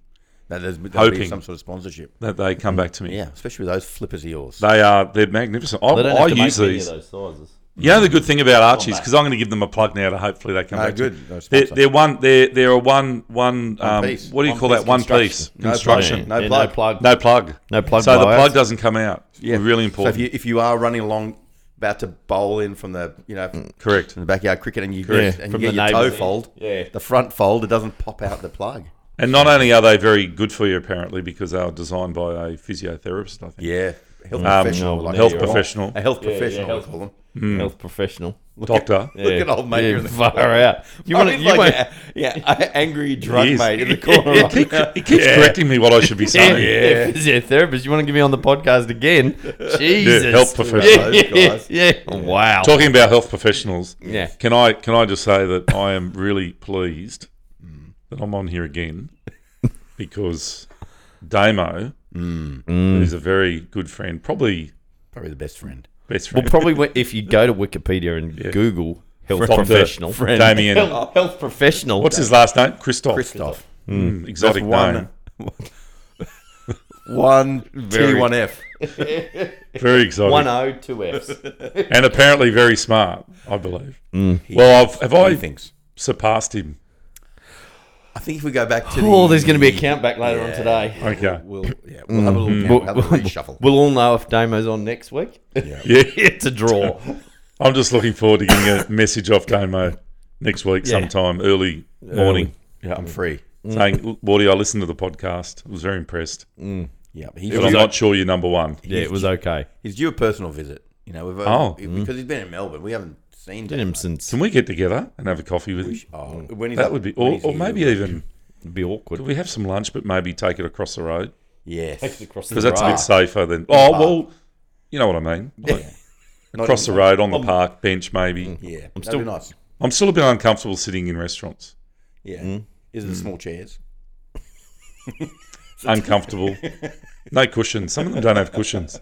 Speaker 2: That there's there'll be
Speaker 3: Hoping.
Speaker 2: some sort of sponsorship.
Speaker 3: that they come back to me.
Speaker 2: Yeah, especially with those flippers of yours.
Speaker 3: They are they're magnificent. I,
Speaker 1: They don't
Speaker 3: I
Speaker 1: have to make
Speaker 3: use
Speaker 1: many
Speaker 3: these.
Speaker 1: of those sizes.
Speaker 3: You know the good thing about Archie's because I'm going to give them a plug now to hopefully they come
Speaker 2: No,
Speaker 3: back. to
Speaker 2: good.
Speaker 3: me.
Speaker 2: No, it's
Speaker 3: They're,
Speaker 2: sponsor.
Speaker 3: they're one. They're they're a one one. um,
Speaker 2: piece.
Speaker 3: What do you
Speaker 2: One
Speaker 3: call
Speaker 2: piece
Speaker 3: that? One piece
Speaker 2: construction. No
Speaker 3: construction.
Speaker 2: No
Speaker 1: Yeah,
Speaker 2: plug.
Speaker 3: No plug.
Speaker 1: No plug
Speaker 3: So the
Speaker 1: buyouts.
Speaker 3: plug doesn't come out.
Speaker 2: Yeah.
Speaker 3: Really
Speaker 2: So
Speaker 3: important.
Speaker 2: if you if you are running along, about to bowl in from the you know from
Speaker 3: Correct.
Speaker 2: the backyard cricket and you
Speaker 1: Correct.
Speaker 2: and
Speaker 1: From
Speaker 2: you get
Speaker 1: the
Speaker 2: your toe
Speaker 1: neighbours.
Speaker 2: fold,
Speaker 1: Yeah.
Speaker 2: the front fold, it doesn't pop out the plug.
Speaker 3: And not only are they very good for you apparently because they were designed by a physiotherapist. I think.
Speaker 2: Yeah, health
Speaker 1: no,
Speaker 2: professional, like
Speaker 3: health
Speaker 2: you are.
Speaker 3: professional.
Speaker 2: a health
Speaker 1: Yeah, yeah,
Speaker 2: professional,
Speaker 1: health-
Speaker 2: we call them.
Speaker 1: Health professional.
Speaker 3: Doctor.
Speaker 1: Yeah.
Speaker 2: Mm. [laughs] Look at old mate
Speaker 1: Yeah,
Speaker 2: in the
Speaker 1: far out. You
Speaker 2: I
Speaker 1: want
Speaker 2: mean,
Speaker 1: to? You
Speaker 2: like
Speaker 1: want?
Speaker 2: a- [laughs] yeah, a- angry drug
Speaker 3: He is.
Speaker 2: mate in the corner.
Speaker 3: He keep-
Speaker 2: [laughs]
Speaker 3: he keeps correcting me what I should be
Speaker 1: Yeah,
Speaker 3: saying.
Speaker 1: yeah. physiotherapist. You want to get me on the podcast again?
Speaker 2: [laughs]
Speaker 1: Jesus,
Speaker 3: health
Speaker 1: [laughs]
Speaker 3: professional.
Speaker 1: Yeah, yeah,
Speaker 2: Those guys.
Speaker 1: yeah. Wow.
Speaker 3: Talking about health professionals,
Speaker 1: Yeah.
Speaker 3: Can I can I just say that I am really pleased that I'm on here again because Damo, who's a very good friend, probably
Speaker 2: Probably the best friend.
Speaker 3: best friend,
Speaker 1: Well, probably when- if you go to Wikipedia and Google health
Speaker 3: Doctor
Speaker 1: professional,
Speaker 3: friend. Damien.
Speaker 1: health, health professional.
Speaker 3: What's his last name? Christoph.
Speaker 2: Christoph.
Speaker 3: Mm, exotic
Speaker 2: one-
Speaker 3: name.
Speaker 2: One
Speaker 1: Very-
Speaker 2: T one F.
Speaker 3: Very exotic.
Speaker 1: one O two Fs?
Speaker 3: and apparently very smart, I believe. Well, I've, have I
Speaker 2: He thinks.
Speaker 3: surpassed him?
Speaker 2: I think if we go back to
Speaker 1: oh,
Speaker 2: the,
Speaker 1: there's going to be a countback later on
Speaker 2: Yeah.
Speaker 1: today.
Speaker 3: Okay.
Speaker 2: We'll, yeah, we'll have a little, count, Mm-hmm. we'll have a little reshuffle.
Speaker 1: We'll all know if Damo's on next week. [laughs]
Speaker 3: Yeah.
Speaker 1: it's a draw.
Speaker 3: I'm just looking forward to getting a message off Damo next week sometime early morning.
Speaker 2: Yeah, I'm free.
Speaker 3: Saying, Wardy, I listened to the podcast. I was very impressed.
Speaker 2: Yeah, but he's,
Speaker 3: But I'm not sure you're number one.
Speaker 1: yeah, it was okay.
Speaker 2: he's due a personal visit. You know, we've
Speaker 3: Oh.
Speaker 2: because he's been in Melbourne, we haven't seen
Speaker 1: Did
Speaker 2: him.
Speaker 1: him since
Speaker 3: Can we get together and have a coffee with you?
Speaker 2: Oh, when he's
Speaker 3: That
Speaker 2: up-
Speaker 3: would be,
Speaker 2: when
Speaker 3: or,
Speaker 2: he's
Speaker 3: or
Speaker 2: here,
Speaker 3: maybe
Speaker 2: we'll-
Speaker 3: even
Speaker 1: it'd be awkward.
Speaker 3: we have some lunch, but maybe take it across the road
Speaker 2: yes,
Speaker 1: Across the
Speaker 3: because that's a
Speaker 1: grass.
Speaker 3: [laughs] bit safer than. Oh well, you know what I mean. Like,
Speaker 2: [laughs] Not
Speaker 3: across the
Speaker 2: even-
Speaker 3: road on the park bench, maybe.
Speaker 2: Yeah, I'm
Speaker 1: still-
Speaker 2: still nice.
Speaker 3: I'm still a bit uncomfortable sitting in restaurants.
Speaker 2: Yeah,
Speaker 3: Mm.
Speaker 2: is it small
Speaker 3: [laughs]
Speaker 2: chairs?
Speaker 3: Uncomfortable. No cushions. Some of them don't have cushions.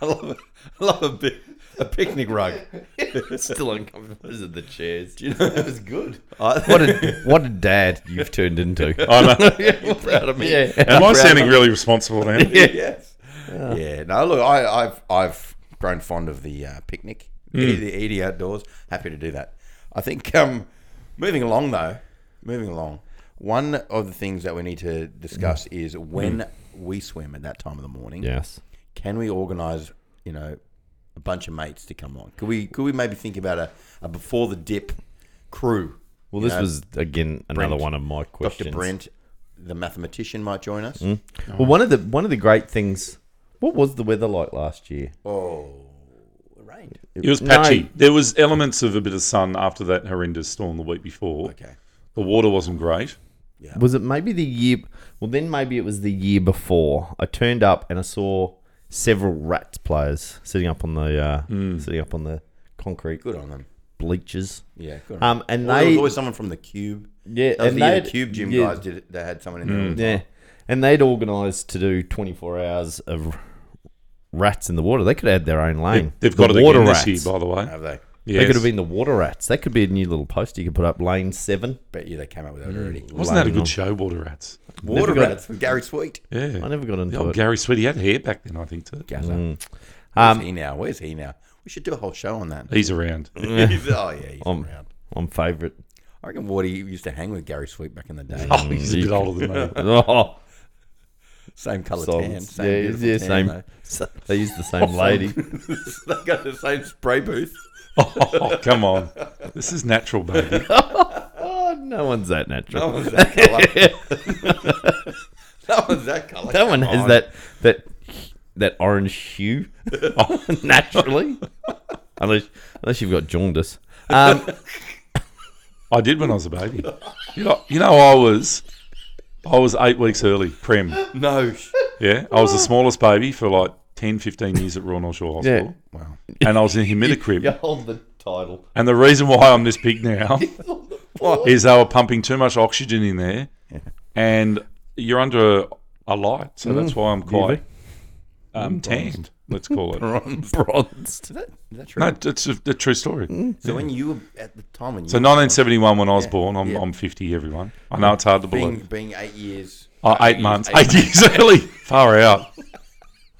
Speaker 2: I love, it. I love a, bit, a picnic rug.
Speaker 1: [laughs] Still uncomfortable. Those are the chairs.
Speaker 2: You know, that
Speaker 1: [laughs]
Speaker 2: was good.
Speaker 1: What a what a dad you've turned into.
Speaker 3: I know.
Speaker 1: [laughs] You're proud of me. Yeah.
Speaker 3: Am I sounding really responsible now?
Speaker 2: yes. Yeah. No, look, I, I've I've grown fond of the uh, picnic,
Speaker 3: Mm.
Speaker 2: the eating outdoors. Happy to do that. I think um, moving along though, moving along. One of the things that we need to discuss
Speaker 3: Mm.
Speaker 2: is when we swim at that time of the morning.
Speaker 1: Yes.
Speaker 2: Can we organise, you know, a bunch of mates to come on? Could we could we maybe think about a, a before the dip crew?
Speaker 1: Well,
Speaker 2: You
Speaker 1: this
Speaker 2: know,
Speaker 1: was again another
Speaker 2: Brent.
Speaker 1: one of my
Speaker 2: Dr.
Speaker 1: questions. Hmm?
Speaker 2: Brent, the mathematician, might join us.
Speaker 1: Well, one of the one of the great things. What was the weather like last year?
Speaker 2: Oh, [laughs] it rained.
Speaker 3: It was
Speaker 1: No.
Speaker 3: patchy. There was elements of a bit of sun after that horrendous storm the week before.
Speaker 2: Okay.
Speaker 3: The water wasn't great.
Speaker 1: Was it maybe the year? Well, then maybe it was the year before. I turned up and I saw several Rats players sitting up on the uh, sitting up on the concrete
Speaker 2: Good on them.
Speaker 1: bleachers.
Speaker 2: Yeah, good.
Speaker 1: Um, and
Speaker 2: Well, there
Speaker 1: they
Speaker 2: was always someone from the cube.
Speaker 1: yeah,
Speaker 2: That was
Speaker 1: and
Speaker 2: the, year
Speaker 1: they
Speaker 2: the cube gym
Speaker 1: yeah,
Speaker 2: guys did. It. They had someone in there. all the
Speaker 1: Yeah, and they'd organised to do twenty four hours of rats in the water. They could have had their own lane.
Speaker 3: They've
Speaker 1: The
Speaker 3: got it
Speaker 1: water
Speaker 3: again
Speaker 1: rats.
Speaker 3: this year, by the way.
Speaker 1: Mm.
Speaker 2: time, Have they?
Speaker 1: They could
Speaker 3: Yes.
Speaker 1: have been the water rats. That could be a new little poster you could put up. Lane seven.
Speaker 2: Bet you they came up with
Speaker 1: Mm.
Speaker 2: that already.
Speaker 3: Wasn't that a good show, Water Rats?
Speaker 2: Water
Speaker 1: got-
Speaker 2: rats with Gary Sweet.
Speaker 3: Yeah.
Speaker 1: I never got
Speaker 3: The
Speaker 1: into
Speaker 3: old
Speaker 1: it.
Speaker 3: Gary Sweet, he had hair back then, I think, too.
Speaker 2: Gazza. Where's
Speaker 1: Um,
Speaker 2: he now? Where's he now? We should do a whole show on that.
Speaker 3: He's around.
Speaker 2: [laughs] He's- oh yeah, he's
Speaker 1: Um,
Speaker 2: around.
Speaker 1: I'm favourite.
Speaker 2: I reckon Wardy used to hang with Gary Sweet back in the day.
Speaker 3: Oh, [laughs] he's a
Speaker 1: [laughs]
Speaker 3: bit older than me.
Speaker 1: Oh,
Speaker 2: same colour tan,
Speaker 1: songs.
Speaker 2: same
Speaker 1: yeah,
Speaker 2: beautiful
Speaker 1: yeah,
Speaker 2: tan,
Speaker 1: same.
Speaker 2: though.
Speaker 1: so- [laughs] They use the
Speaker 2: [laughs]
Speaker 1: same lady.
Speaker 2: they got the same spray booth.
Speaker 3: Oh, come on. This is natural, baby.
Speaker 1: Oh, no one's that
Speaker 2: That
Speaker 1: natural. [laughs]
Speaker 2: one's that colour. [laughs] that one's that colour.
Speaker 1: That one has
Speaker 2: Come
Speaker 1: that that that orange hue [laughs]
Speaker 2: [laughs]
Speaker 1: naturally. unless unless you've got jaundice. Um,
Speaker 3: I did when I was a baby. You know, you know I was I was eight weeks early, prem.
Speaker 2: on.
Speaker 1: [laughs]
Speaker 2: No. sh-
Speaker 3: Yeah. I was the smallest baby for like 10, 15 years at Royal North Shore Hospital.
Speaker 2: Wow.
Speaker 3: And I was in Humidicrib.
Speaker 1: you hold the title.
Speaker 3: And the reason why I'm this
Speaker 2: [laughs]
Speaker 3: big now [laughs] is they were pumping too much oxygen in there, and you're under a, a light, so
Speaker 2: Mm.
Speaker 3: that's why I'm quite um, tanned. Let's call
Speaker 2: [laughs]
Speaker 3: it. no,
Speaker 1: Bronzed.
Speaker 2: Is that, is that true?
Speaker 3: it's a, a true story.
Speaker 2: So when you were at the time when you
Speaker 3: So
Speaker 2: were
Speaker 3: 1971, when I was born, I'm,
Speaker 2: Mm. yeah.
Speaker 3: I'm 50. Everyone, I know it's hard to
Speaker 2: being
Speaker 3: believe.
Speaker 2: being eight years,
Speaker 3: Oh, eight months, eight years early, far out.
Speaker 2: [laughs]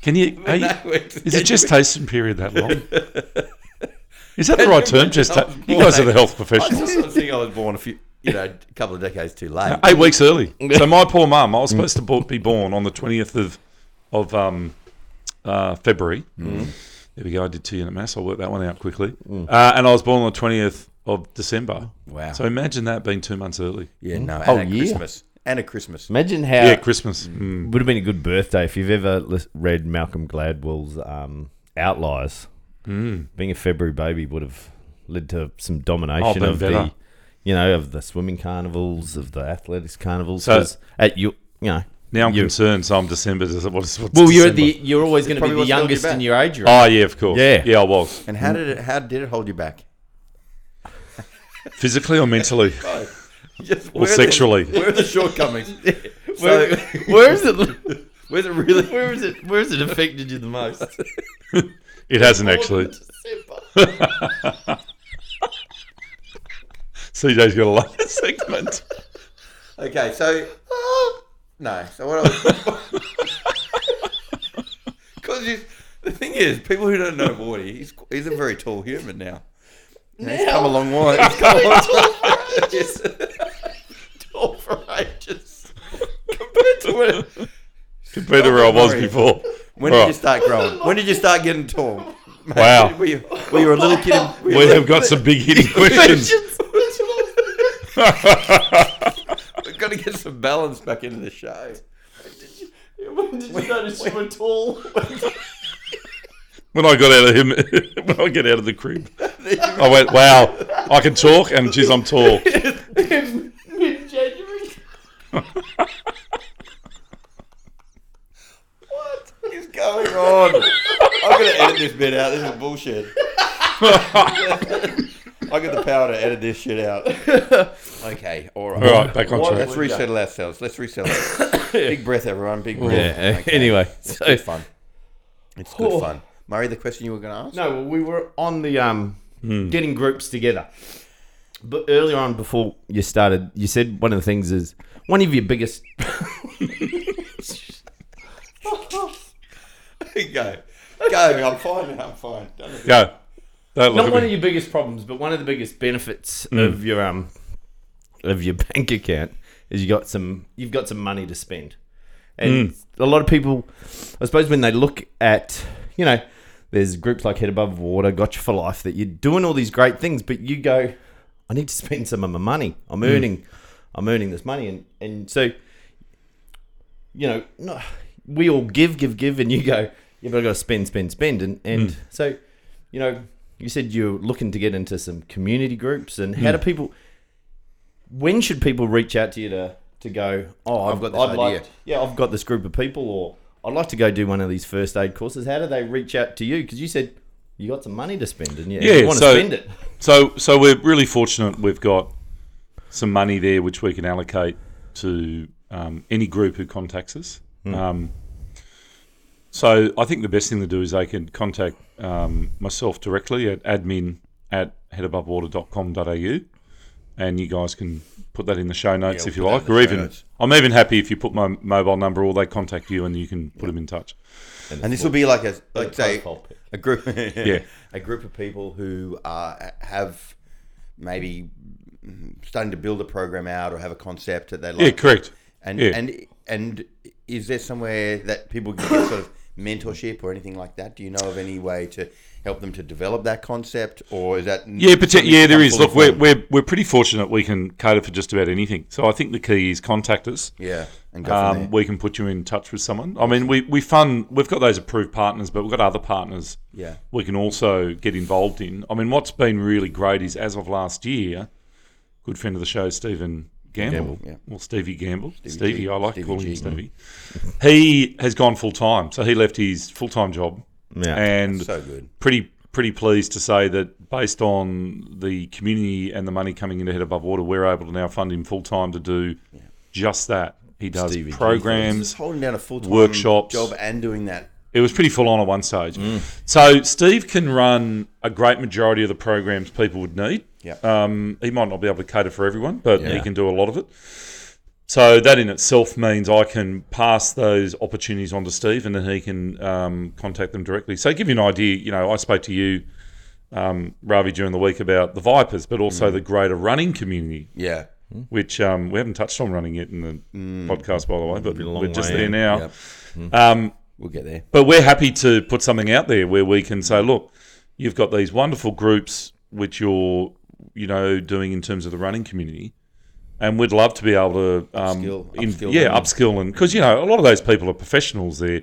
Speaker 3: Can you? Are you
Speaker 2: No,
Speaker 1: [laughs]
Speaker 2: it's-
Speaker 3: is it just tasting period that long? Is that the right term? Just
Speaker 1: oh,
Speaker 3: ta- you guys are the health
Speaker 2: I
Speaker 3: professionals.
Speaker 2: just sort of think I was born a few, you know, a couple of decades too late.
Speaker 3: Eight
Speaker 1: [laughs]
Speaker 3: weeks early. So my poor mum, I was supposed to bo- be born on the twentieth of of um, uh, February.
Speaker 1: Mm-hmm.
Speaker 3: There we go. I did two unit maths. I'll work that one out quickly.
Speaker 1: Mm.
Speaker 3: Uh, and I was born on the twentieth of December.
Speaker 2: Wow.
Speaker 3: So imagine that being two months early.
Speaker 2: Yeah, no, and
Speaker 1: Oh,
Speaker 2: a
Speaker 1: yeah.
Speaker 2: Christmas. And a Christmas.
Speaker 1: Imagine how
Speaker 3: Yeah, Christmas. Mm.
Speaker 1: would have been a good birthday if you've ever lis- read Malcolm Gladwell's um, Outliers. Mm. Being a February baby would have led to some domination
Speaker 3: been
Speaker 1: of
Speaker 3: better.
Speaker 1: the, you know, of the swimming carnivals, of the athletics carnivals.
Speaker 3: So-
Speaker 1: 'cause at you, you know,
Speaker 3: Now I'm
Speaker 1: You-
Speaker 3: concerned. So I'm December. What's, what's
Speaker 1: well, you're at
Speaker 3: December?
Speaker 1: the you're always going to be
Speaker 2: probably
Speaker 1: the
Speaker 2: what's holding you
Speaker 1: youngest in
Speaker 2: back.
Speaker 1: your age range.
Speaker 3: Oh yeah, of course.
Speaker 1: Yeah.
Speaker 3: yeah, I was
Speaker 2: And how did it how did it hold you back?
Speaker 3: physically
Speaker 1: [laughs]
Speaker 3: or mentally
Speaker 2: Just,
Speaker 3: or sexually.
Speaker 2: where are the shortcomings?
Speaker 1: Where-
Speaker 2: so,
Speaker 1: [laughs] where is it? [laughs]
Speaker 2: where's it really?
Speaker 1: Where is it? Where has it affected you the most?
Speaker 3: It hasn't
Speaker 1: [laughs]
Speaker 3: actually. CJ's got a [laughs] lucky segment.
Speaker 2: Okay, so no. So what? [laughs] I Because the thing is, people who don't know Wardy, he's he's a very tall human now. You know, He's come a long way. He's come a long [laughs] way. Yes. Tall for ages. Compared to when,
Speaker 3: Compared to where I was before.
Speaker 2: when
Speaker 3: All
Speaker 2: did
Speaker 3: right.
Speaker 2: you start growing? When did you start getting tall? Mate,
Speaker 3: Wow.
Speaker 2: Were you, were you a little kid? in- were you a
Speaker 3: We
Speaker 2: little-
Speaker 3: have
Speaker 2: [laughs]
Speaker 3: got some big hitting questions.
Speaker 2: We've got to get some balance back into the show.
Speaker 1: [laughs] When did you notice you were [laughs] tall?
Speaker 3: [laughs] when I got out of him, [laughs] when I get out of the crib, I went, "Wow, I can talk, and geez, I'm tall."
Speaker 1: Mid January.
Speaker 2: What is going on? I'm gonna edit this bit out. This is
Speaker 3: [laughs]
Speaker 2: bullshit. I got the power to edit this shit out. Okay, all right.
Speaker 3: All right, back on
Speaker 1: What?
Speaker 3: track.
Speaker 2: Let's resettle ourselves. Let's
Speaker 3: [laughs]
Speaker 2: resettle. Big breath, everyone. Big breath.
Speaker 1: Yeah.
Speaker 2: Okay.
Speaker 1: Anyway,
Speaker 2: it's
Speaker 1: so-
Speaker 2: good fun. It's good
Speaker 1: Oh.
Speaker 2: fun. Murray, the question you were gonna ask?
Speaker 1: No, well, we were on the um, getting groups together. But earlier on, before you started, you said one of the things is one of your biggest.
Speaker 2: [laughs] go, go. I'm fine. now, I'm fine. Don't look at
Speaker 3: Go. Don't look
Speaker 1: not
Speaker 3: at
Speaker 1: one
Speaker 3: me.
Speaker 1: of your biggest problems, but one of the biggest benefits of your um of your [laughs] bank account is you got some you've got some money to spend. And a lot of people I suppose when they look at you know, there's groups like Head Above Water, Gotcha for Life that you're doing all these great things, but you go, I need to spend some of my money. I'm earning I'm earning this money and, and so you know, no, we all give, give, give, and you go, yeah, but I got to spend, spend, spend, and and so, you know, you said you're looking to get into some community groups, and how do people? When should people reach out to you to to go? Oh, I've,
Speaker 2: got this
Speaker 1: I'd
Speaker 2: idea."
Speaker 1: Like, yeah, I've got this group of people, or I'd like to go do one of these first aid courses. How do they reach out to you? Because you said you got some money to spend, and you,
Speaker 3: Yeah,
Speaker 1: you want
Speaker 3: so-
Speaker 1: to spend it.
Speaker 3: So, so we're really fortunate. We've got some money there which we can allocate to um, any group who contacts us.
Speaker 2: Hmm.
Speaker 3: Um, so, I think the best thing to do is they can contact um, myself directly at admin at headabovewater.com.au, and you guys can put that in the show notes
Speaker 2: we'll
Speaker 3: if you
Speaker 2: put that in
Speaker 3: like,
Speaker 2: the
Speaker 3: or
Speaker 2: show
Speaker 3: even
Speaker 2: notes.
Speaker 3: I'm even happy if you put my mobile number or they contact you and you can put them in touch.
Speaker 2: And this will be like a like say
Speaker 1: profile pic.
Speaker 2: a group [laughs] yeah a group of people who uh, have maybe starting to build a program out or have a concept that they like.
Speaker 3: Yeah, correct.
Speaker 2: And
Speaker 3: yeah.
Speaker 2: and and is there somewhere that people can get sort of mentorship or anything like that? Do you know of any way to help them to develop that concept, or is that
Speaker 3: Yeah, pati- yeah, there is.
Speaker 2: fully
Speaker 3: Look, we're,
Speaker 2: formed?
Speaker 3: we're, we're pretty fortunate we can cater for just about anything. So I think the key is contact us.
Speaker 2: yeah and go from
Speaker 3: Um,
Speaker 2: there.
Speaker 3: we can put you in touch with someone. I mean, we, we fund, we've got those approved partners, but we've got other partners
Speaker 2: Yeah.
Speaker 3: we can also get involved in. I mean, what's been really great is as of last year, good friend of the show, Stephen Gamble,
Speaker 2: Gamble, yeah.
Speaker 3: well, Stevie Gamble, Stevie,
Speaker 2: G.
Speaker 3: I like
Speaker 2: Stevie
Speaker 3: calling him
Speaker 2: G.
Speaker 3: Stevie, he has gone full time. So he left his full time job.
Speaker 1: Yeah.
Speaker 3: And
Speaker 2: So good.
Speaker 3: pretty pretty pleased to say that based on the community and the money coming into Head Above Water, we're able to now fund him full time to do just that. He does
Speaker 1: Stevie G
Speaker 3: programs.
Speaker 2: Just holding down a full time
Speaker 3: workshops.
Speaker 2: job and doing that.
Speaker 3: It was pretty full on at one stage.
Speaker 1: Mm.
Speaker 3: So Steve can run a great majority of the programs people would need.
Speaker 2: Yeah.
Speaker 3: Um, he might not be able to cater for everyone, but he
Speaker 1: Yeah.
Speaker 3: can do a lot of it. So that in itself means I can pass those opportunities on to Steve, and then he can um, contact them directly. So give you an idea. You know, I spoke to you um, Ravi during the week about the Vipers, but
Speaker 1: Mm.
Speaker 3: also the greater running community,
Speaker 2: Yeah.
Speaker 3: which um, we haven't touched on running yet in the podcast, by the way, but
Speaker 1: Mm. a long
Speaker 3: we're just
Speaker 1: way
Speaker 3: there
Speaker 1: in, Mm.
Speaker 3: now.
Speaker 2: Yep.
Speaker 3: Um,
Speaker 2: We'll get there.
Speaker 3: but we're happy to put something out there where we can say, look, you've got these wonderful groups which you're, you know, doing in terms of the running community, and we'd love to be able to, um,
Speaker 2: Upskill-
Speaker 3: in-
Speaker 2: upskill
Speaker 3: yeah,
Speaker 2: them.
Speaker 3: upskill and because you know a lot of those people are professionals, they're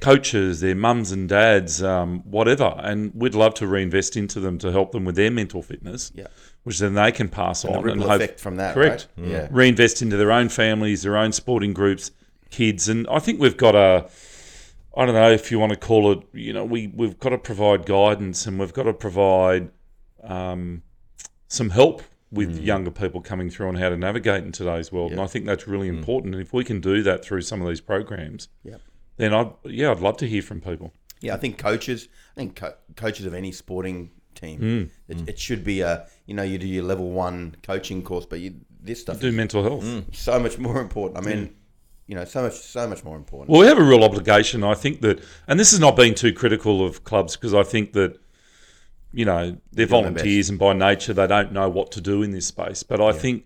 Speaker 3: coaches, they're mums and dads, um, whatever, and we'd love to reinvest into them to help them with their mental fitness,
Speaker 2: Yeah.
Speaker 3: which then they can pass
Speaker 2: The
Speaker 3: on and
Speaker 2: ripple
Speaker 3: hope-
Speaker 2: effect from that.
Speaker 3: Correct.
Speaker 2: Right? Yeah.
Speaker 3: reinvest into their own families, their own sporting groups, kids, and I think we've got a. I don't know if you want to call it. You know, we we've got to provide guidance and we've got to provide um, some help with younger people coming through on how to navigate in today's world. And I think that's really important. And if we can do that through some of these programs,
Speaker 2: Yep.
Speaker 3: then I yeah, I'd love to hear from people.
Speaker 2: Yeah, I think coaches, I think co- coaches of any sporting team, it, it should be a you know you do your level one coaching course, but you, this stuff
Speaker 3: Do
Speaker 2: is
Speaker 3: mental health.
Speaker 2: so much more important. I mean, you know, so much so much more important.
Speaker 3: Well, we have a real obligation. I think that, and this is not being too critical of clubs because I think that, you know, they're
Speaker 2: doing their
Speaker 3: volunteers and by nature they don't know what to do in this space. But I think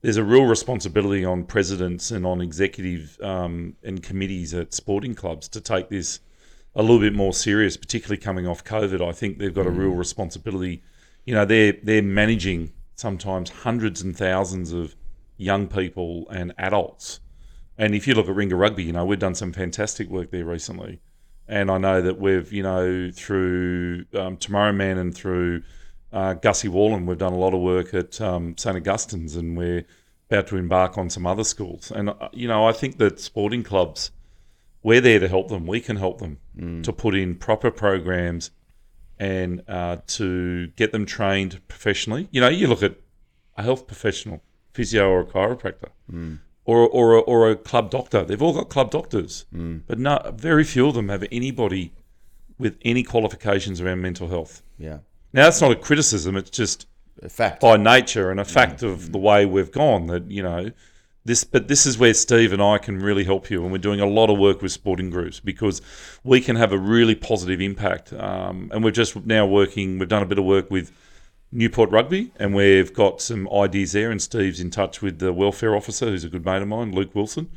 Speaker 3: there's a real responsibility on presidents and on executive um, and committees at sporting clubs to take this a little bit more serious, particularly coming off COVID. I think they've got a real responsibility. You know, they're they're managing sometimes hundreds and thousands of young people and adults. And if you look at Ringa Rugby, you know, we've done some fantastic work there recently. And I know that we've, you know, through um, Tomorrow Man and through uh, Gussie Wallen, we've done a lot of work at um, St. Augustine's and we're about to embark on some other schools. And, uh, you know, I think that sporting clubs, we're there to help them. We can help them to put in proper programs and uh, to get them trained professionally. You know, you look at a health professional, physio or a chiropractor, or or a, or a club doctor. They've all got club doctors, but no, very few of them have anybody with any qualifications around mental health.
Speaker 2: yeah,
Speaker 3: Now, that's not a criticism. It's just
Speaker 2: a fact.
Speaker 3: by nature and a fact of the way we've gone that you know this but this is where steve and i can really help you and we're doing a lot of work with sporting groups because we can have a really positive impact um, and we're just now working we've done a bit of work with newport rugby and we've got some ideas there and steve's in touch with the welfare officer who's a good mate of mine luke wilson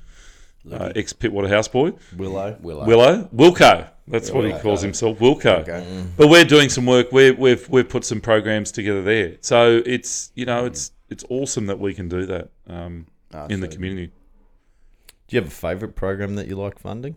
Speaker 3: uh, ex pitwater house boy
Speaker 1: Willow.
Speaker 2: Willow.
Speaker 3: Willow, Wilco. That's what he calls himself, Wilco. But we're doing some work. We're, we've we've put some programs together there. So it's you know it's it's awesome that we can do that um, in the
Speaker 2: Absolutely.
Speaker 3: community.
Speaker 1: Do you have a favourite program that you like funding?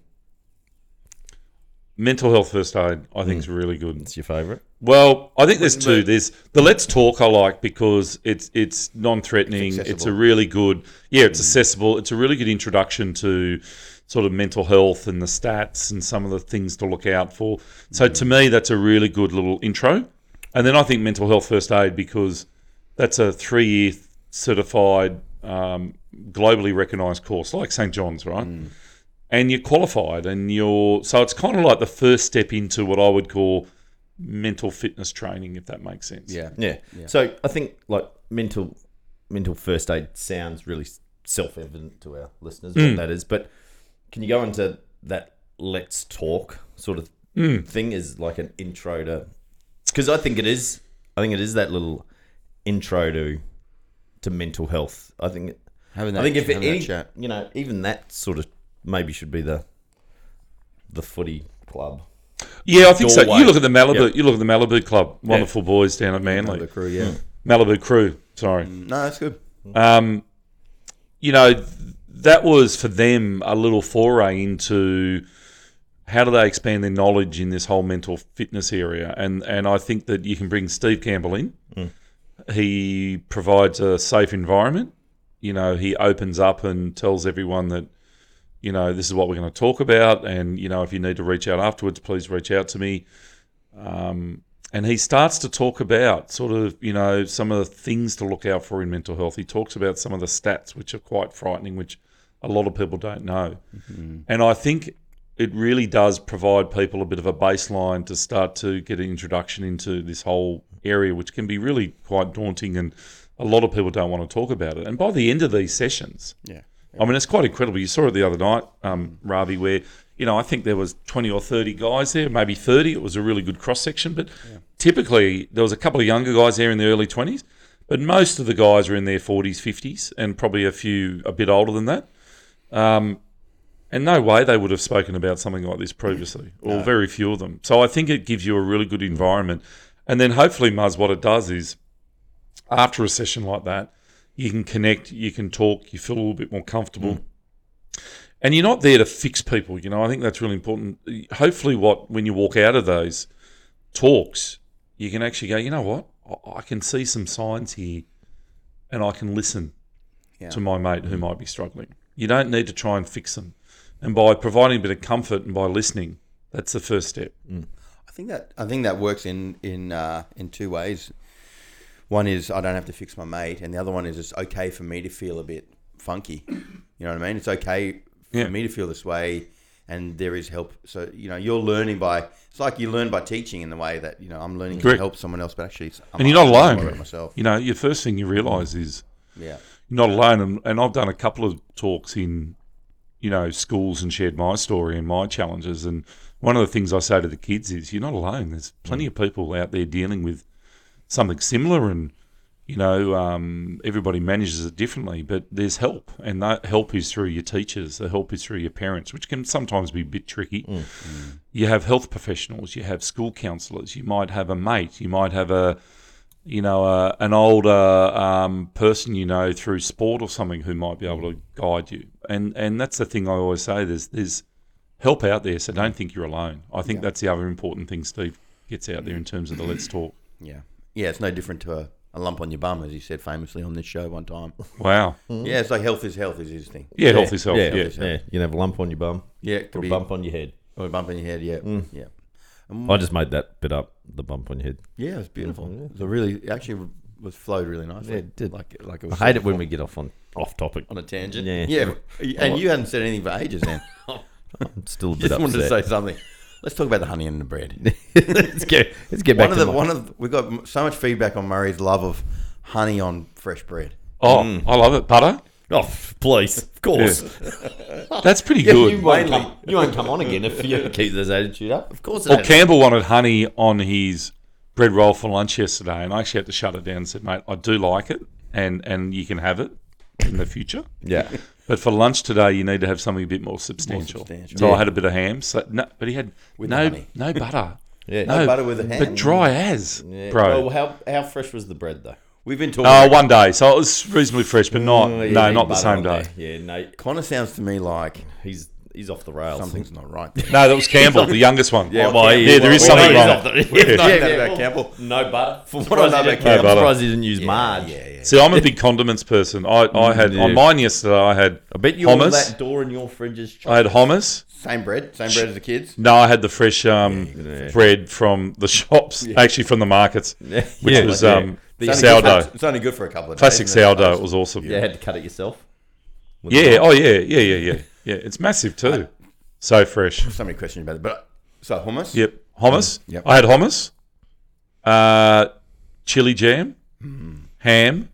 Speaker 3: Mental health first aid, I think, is really good.
Speaker 1: It's your favourite.
Speaker 3: Well, I think there's two. There's the Let's Talk I like because it's it's non-threatening.
Speaker 2: It's
Speaker 3: It's,
Speaker 2: accessible. Mm.
Speaker 3: a really good yeah. It's accessible. It's a really good introduction to sort of mental health and the stats and some of the things to look out for. So
Speaker 2: Mm.
Speaker 3: to me, that's a really good little intro. And then I think mental health first aid because that's a three-year certified, um, globally recognised course like St John's, right?
Speaker 2: Mm.
Speaker 3: and you're qualified and you're so it's kind of like the first step into what I would call mental fitness training if that makes sense.
Speaker 2: yeah,
Speaker 1: Yeah. So I think like mental mental first aid sounds really self evident to our listeners what that is, but can you go into that let's talk sort of thing is like an intro to because I think it is I think it is that little intro to to mental health. I think
Speaker 2: having that.
Speaker 1: I think if
Speaker 2: having that
Speaker 1: any
Speaker 2: chat.
Speaker 1: you know even that sort of maybe should be the the footy club.
Speaker 3: Yeah, I think so.
Speaker 1: Doorway.
Speaker 3: You look at the Malibu, you look at the Malibu Club, wonderful boys down at
Speaker 2: the
Speaker 3: Manly. Hmm.
Speaker 2: crew, yeah. Hmm.
Speaker 3: Malibu Crew, sorry.
Speaker 2: No, that's good.
Speaker 3: um, you know, th- that was for them a little foray into how do they expand their knowledge in this whole mental fitness area. And and I think that you can bring Steve Campbell in. He provides a safe environment. You know, he opens up and tells everyone that, you know, this is what we're going to talk about. And, you know, if you need to reach out afterwards, please reach out to me and he starts to talk about sort of you know some of the things to look out for in mental health. He talks about some of the stats which are quite frightening, which a lot of people don't know. And I think it really does provide people a bit of a baseline to start to get an introduction into this whole area, which can be really quite daunting, and a lot of people don't want to talk about it. And by the end of these sessions,
Speaker 2: Yeah.
Speaker 3: I mean, it's quite incredible. You saw it the other night, um, Ravi, where you know I think there was twenty or thirty guys there, maybe thirty. It was a really good cross section, but typically there was a couple of younger guys there in the early 20s, but most of the guys were in their 40s, 50s, and probably a few a bit older than that. Um, and no way they would have spoken about something like this previously, or very few of them. So I think it gives you a really good environment. And then hopefully, Muzz, what it does is after a session like that, you can connect, you can talk, you feel a little bit more comfortable. And you're not there to fix people, you know. I think that's really important. Hopefully, what when you walk out of those talks, you can actually go, you know what? I- I can see some signs here and I can listen
Speaker 2: Yeah.
Speaker 3: to my mate who might be struggling. You don't need to try and fix them. And by providing a bit of comfort and by listening, that's the first step.
Speaker 2: I think that I think that works in in uh, in two ways. One is I don't have to fix my mate, and the other one is it's okay for me to feel a bit funky. [coughs] You know what I mean? It's okay for
Speaker 3: Yeah.
Speaker 2: me to feel this way, and there is help. So you know you're learning by it's like you learn by teaching in the way that you know I'm learning
Speaker 3: Correct.
Speaker 2: to help someone else, but actually it's, I'm
Speaker 3: And you're not
Speaker 2: I'm learning
Speaker 3: alone.
Speaker 2: about Myself,
Speaker 3: You know, your first thing you realize is
Speaker 2: yeah.
Speaker 3: you're not alone. And, and I've done a couple of talks in, you know, schools and shared my story and my challenges. And one of the things I say to the kids is, you're not alone. There's plenty of people out there dealing with something similar. And, you know, um, everybody manages it differently, but there's help. And that help is through your teachers, the help is through your parents, which can sometimes be a bit tricky. You have health professionals, you have school counselors, you might have a mate, you might have a, you know, uh, an older um, person you know through sport or something who might be able to guide you. And and that's the thing I always say. There's there's help out there, so don't think you're alone. I think that's the other important thing Steve gets out there in terms of the let's talk.
Speaker 2: Yeah. Yeah, it's no different to a, a lump on your bum, as he said famously on this show one time.
Speaker 3: Wow.
Speaker 2: yeah, it's like health is health is his thing.
Speaker 3: Yeah, health is health. Yeah.
Speaker 1: yeah, yeah. You can have a lump on your bum
Speaker 2: Yeah, it could
Speaker 1: or
Speaker 2: be
Speaker 1: a bump on your head.
Speaker 2: or a bump in your head, yeah. Yeah.
Speaker 3: Mm.
Speaker 1: I just made that bit up. The bump on your head.
Speaker 2: Yeah, it was beautiful. It was a really it actually was flowed really nicely.
Speaker 1: Yeah, it did.
Speaker 2: Like like it
Speaker 1: I
Speaker 2: was
Speaker 1: hate it when we get off on off topic.
Speaker 2: on a tangent.
Speaker 1: Yeah.
Speaker 2: Yeah. And you hadn't said anything for ages then.
Speaker 1: I'm [laughs] still a bit
Speaker 2: Just wanted to
Speaker 1: upset.
Speaker 2: say something. Let's talk about the honey and the bread.
Speaker 1: [laughs] let's get let's get back
Speaker 2: one of
Speaker 1: to
Speaker 2: the
Speaker 1: my-
Speaker 2: one of we got m- so much feedback on Murray's love of honey on fresh bread.
Speaker 3: Oh, I love it. Butter.
Speaker 1: Oh, f- please, of course.
Speaker 3: That's pretty good.
Speaker 1: You, won't come, you won't come on again if you [laughs] keep this attitude up. Of course, it
Speaker 3: Well,
Speaker 1: has.
Speaker 3: Campbell wanted honey on his bread roll for lunch yesterday, and I actually had to shut it down and said, "Mate, I do like it, and and you can have it in the future."
Speaker 1: yeah.
Speaker 3: But for lunch today, you need to have something a bit more substantial.
Speaker 2: substantial.
Speaker 3: So
Speaker 1: Yeah.
Speaker 3: I had a bit of ham, so no, but he had no
Speaker 2: honey.
Speaker 3: no butter.
Speaker 1: [laughs] Yeah.
Speaker 2: No butter with a ham.
Speaker 3: but dry as, [laughs] bro.
Speaker 1: Well, how how fresh was the bread though?
Speaker 2: We've been talking
Speaker 3: Oh, one day, so it was reasonably fresh, but not
Speaker 1: Oh, yeah,
Speaker 3: no,
Speaker 1: need
Speaker 3: not the
Speaker 1: butter
Speaker 3: same
Speaker 1: on
Speaker 3: day.
Speaker 1: there. Yeah, no,
Speaker 2: Connor sounds to me like
Speaker 1: he's he's off the rails.
Speaker 2: something's not right. there.
Speaker 3: No, that was Campbell, [laughs] the youngest one.
Speaker 1: Yeah, well,
Speaker 3: yeah, there is
Speaker 1: well,
Speaker 3: something
Speaker 1: he's
Speaker 3: wrong.
Speaker 1: off the- yeah,
Speaker 2: not
Speaker 1: yeah,
Speaker 2: about
Speaker 1: yeah, well,
Speaker 2: Campbell.
Speaker 1: No butter. From what
Speaker 2: Surprised
Speaker 1: I
Speaker 2: about
Speaker 1: know, I'm
Speaker 2: Campbell.
Speaker 1: surprised he didn't use Marge.
Speaker 2: Yeah, yeah.
Speaker 3: See, I'm a big condiments person. I, I had
Speaker 1: Yeah.
Speaker 3: on mine yesterday. I had
Speaker 1: I bet you all
Speaker 3: hummus. Oh.
Speaker 1: that door in your fridge is
Speaker 3: I
Speaker 1: chocolate.
Speaker 3: had hummus.
Speaker 2: Same bread, same bread as the kids.
Speaker 3: No, I had the fresh um,
Speaker 1: yeah.
Speaker 3: bread from the [laughs] shops, actually from the markets, which
Speaker 1: Yeah.
Speaker 3: was
Speaker 1: Yeah.
Speaker 3: um,
Speaker 1: The
Speaker 2: It's only good
Speaker 3: sourdough,
Speaker 2: for- It's only good for a couple of days.
Speaker 3: classic
Speaker 2: isn't it?
Speaker 3: sourdough. It was awesome.
Speaker 1: You had to cut it yourself. With
Speaker 3: Yeah.
Speaker 1: a-
Speaker 3: Oh, yeah. Yeah. Yeah. Yeah. Yeah. It's massive too. So fresh.
Speaker 2: So many questions about it, but so hummus.
Speaker 3: Yep. Hummus.
Speaker 2: Yep.
Speaker 3: I had hummus, uh, chili jam,
Speaker 2: Hmm.
Speaker 3: ham,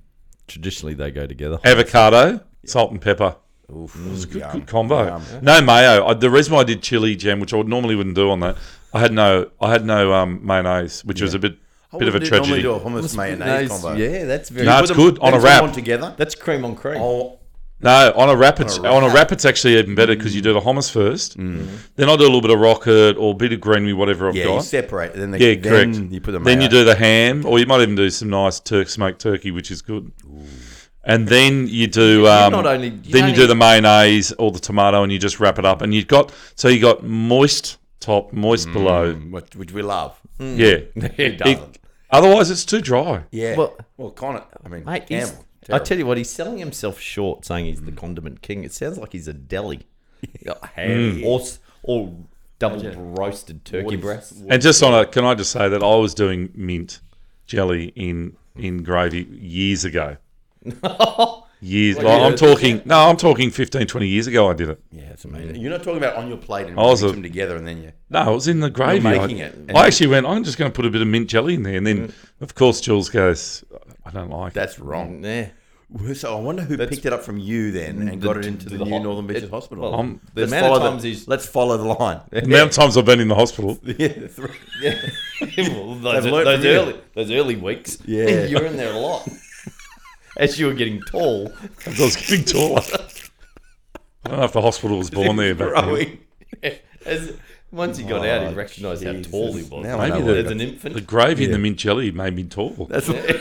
Speaker 1: Traditionally, they go together.
Speaker 3: avocado, salt and pepper. it was a good, good combo. No mayo. I, the reason why I did chili jam, which I would- normally wouldn't do on that, I had no, I had no um, mayonnaise, which was a bit,
Speaker 2: I
Speaker 3: bit of a
Speaker 2: wouldn't do- normally
Speaker 3: tragedy.
Speaker 2: do a hummus mayonnaise combo.
Speaker 1: Yeah, that's very.
Speaker 3: No,
Speaker 2: Put
Speaker 3: it's
Speaker 2: them-
Speaker 3: good on a
Speaker 2: then put them
Speaker 3: wrap.
Speaker 2: on together.
Speaker 1: That's cream on cream.
Speaker 2: Oh,
Speaker 3: No, on a wrap, it's, on a
Speaker 2: wrap.
Speaker 3: wrap, it's actually even better because you do the hummus first. Then I do a little bit of rocket or a bit of greenery, whatever I've
Speaker 2: Mm-hmm. yeah, you
Speaker 3: got.
Speaker 2: separate. Then they,
Speaker 3: yeah,
Speaker 2: then
Speaker 3: correct.
Speaker 2: You put them.
Speaker 3: then you do the ham, or you might even do some nice turk smoked turkey, which is good. And then you do. Um,
Speaker 1: not only- you
Speaker 3: then
Speaker 1: don't
Speaker 3: you do
Speaker 1: need-
Speaker 3: the mayonnaise or the tomato, and you just wrap it up. And you've got so you got moist top, moist below.
Speaker 2: which, which we love.
Speaker 1: Mm.
Speaker 3: Yeah.
Speaker 2: It doesn't.
Speaker 3: Otherwise, it's too dry.
Speaker 2: Yeah. Well,
Speaker 1: Well-
Speaker 2: well, Connor. I mean,
Speaker 1: Mate, he's-
Speaker 2: Campbell.
Speaker 1: I
Speaker 2: terrible.
Speaker 1: tell you what, he's selling himself short, saying he's the condiment king. It sounds like he's a deli, ham or s- or double roasted turkey breast.
Speaker 3: And just on a, can I just say that I was doing mint jelly in in gravy years ago. years. like, I'm talking. No, I'm talking 15, 20 years ago. I did it.
Speaker 2: yeah, it's amazing. You're not talking about on your plate and
Speaker 3: I was
Speaker 2: mix
Speaker 3: a-
Speaker 2: them together, and then you.
Speaker 3: No, it was in the gravy.
Speaker 2: making
Speaker 3: I,
Speaker 2: it.
Speaker 3: I actually went. I'm just going to
Speaker 1: Mm.
Speaker 3: put a bit of mint jelly in there, and then, of course, Jules goes, "I don't like it."
Speaker 2: That's wrong.
Speaker 1: Yeah, [laughs]
Speaker 2: So I wonder who
Speaker 1: Mm. That's- Mm,
Speaker 2: picked it up from you then and got it
Speaker 1: The-
Speaker 2: into the,
Speaker 1: the
Speaker 2: new
Speaker 1: ho-
Speaker 2: Northern Beaches
Speaker 1: it-
Speaker 2: Hospital.
Speaker 1: well,
Speaker 3: Um,
Speaker 1: the
Speaker 2: let's,
Speaker 1: amount
Speaker 2: follow
Speaker 1: of times
Speaker 2: the,
Speaker 1: he's
Speaker 2: let's follow the line.
Speaker 3: The amount of times I've been in
Speaker 1: [laughs]
Speaker 3: the hospital.
Speaker 2: yeah, three-
Speaker 1: yeah, well, those,
Speaker 2: They've learnt
Speaker 1: those
Speaker 2: from you.
Speaker 1: early those early weeks.
Speaker 2: Yeah.
Speaker 1: you were in there a lot. As you were getting tall,
Speaker 3: I was
Speaker 1: [laughs]
Speaker 3: getting taller. I don't know if the hospital was born there, but
Speaker 2: growing.
Speaker 1: [laughs] as once he got out,
Speaker 2: Oh,
Speaker 1: he recognised
Speaker 2: Jesus.
Speaker 1: how tall he was.
Speaker 2: Now I
Speaker 3: Maybe
Speaker 2: know
Speaker 3: the-
Speaker 2: where
Speaker 1: as an
Speaker 2: that's-
Speaker 3: the
Speaker 1: infant,
Speaker 3: gravy and the mint jelly made me tall.
Speaker 2: that's what-
Speaker 1: [laughs]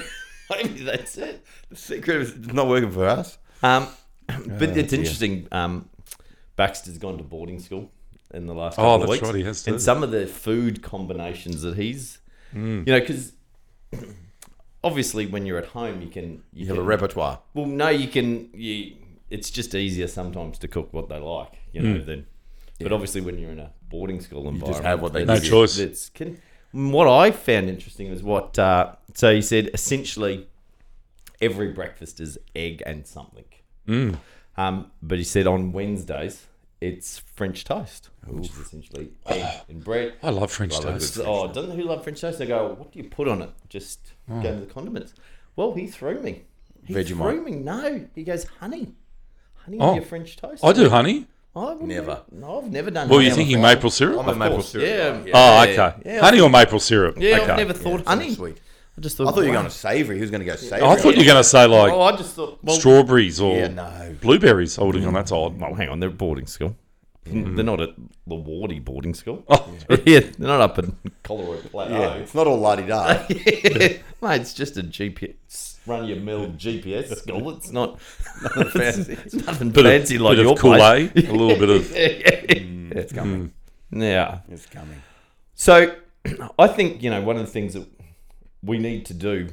Speaker 1: maybe that's it.
Speaker 2: the [laughs] secret is it's not working for us.
Speaker 1: Um, but it's interesting. Um, Baxter's gone to boarding school in the last. Couple
Speaker 3: Oh,
Speaker 1: of
Speaker 3: that's
Speaker 1: weeks,
Speaker 3: right, he has too.
Speaker 1: And some of the food combinations that he's,
Speaker 3: Mm.
Speaker 1: you know, because obviously when you're at home, you can you,
Speaker 2: You have a
Speaker 1: can-
Speaker 2: repertoire.
Speaker 1: Well, no, you can. You, it's just easier sometimes to cook what they like, you know.
Speaker 3: Mm.
Speaker 1: Then, but obviously when you're in a boarding school environment,
Speaker 2: have what they
Speaker 1: it's-
Speaker 3: give you. No choice.
Speaker 1: It's, can, what I found interesting was what. Uh, so he said essentially, every breakfast is egg and something.
Speaker 3: Mm.
Speaker 1: Um, but he said on Wednesdays it's French toast, which is essentially egg and bread.
Speaker 3: I love French
Speaker 2: Love it.
Speaker 3: toast.
Speaker 1: Oh, doesn't who love French toast? They go, what do you put on it? Just
Speaker 3: Oh.
Speaker 1: go to the condiments. Well, he threw me. He
Speaker 2: Vegemite.
Speaker 1: threw me. No, he goes honey. Honey
Speaker 3: Oh.
Speaker 1: on your French toast.
Speaker 3: I do honey.
Speaker 1: I wouldn't
Speaker 2: Never.
Speaker 1: do- no, I've never done.
Speaker 3: Well,
Speaker 1: honey
Speaker 3: you're
Speaker 1: on
Speaker 3: thinking
Speaker 1: my-
Speaker 3: maple syrup?
Speaker 2: I'm a maple
Speaker 1: course,
Speaker 2: syrup.
Speaker 1: yeah.
Speaker 2: guy,
Speaker 3: Oh,
Speaker 1: Yeah,
Speaker 3: okay.
Speaker 1: yeah.
Speaker 3: honey or maple syrup?
Speaker 1: Yeah,
Speaker 3: okay.
Speaker 1: I've never thought
Speaker 2: It's
Speaker 1: honey.
Speaker 2: Sweet.
Speaker 1: I just thought.
Speaker 2: I thought you were
Speaker 1: wow.
Speaker 2: going to savory. He was going to go savory.
Speaker 3: I thought you were going to say like
Speaker 1: Oh, I just thought. Well,
Speaker 3: strawberries or
Speaker 2: Yeah, no.
Speaker 3: blueberries. I would have gone, that's odd.
Speaker 1: well, hang on, they're at boarding school. They're not at the Wardy boarding school.
Speaker 3: Oh,
Speaker 1: [laughs] yeah, they're not up in Colorado
Speaker 2: Yeah,
Speaker 1: Plateau.
Speaker 2: it's not all la di da.
Speaker 1: [laughs] Mate, it's just a GPS, run your mill GPS school. It's not nothing
Speaker 3: [laughs]
Speaker 1: fancy. It's nothing
Speaker 3: Bit of-
Speaker 1: fancy like
Speaker 3: bit
Speaker 1: your
Speaker 3: of Kool-Aid, a
Speaker 1: [laughs]
Speaker 3: little bit of
Speaker 1: place.
Speaker 2: It's coming.
Speaker 1: yeah.
Speaker 2: It's coming.
Speaker 1: So, [clears throat] I think you know one of the things that we need to do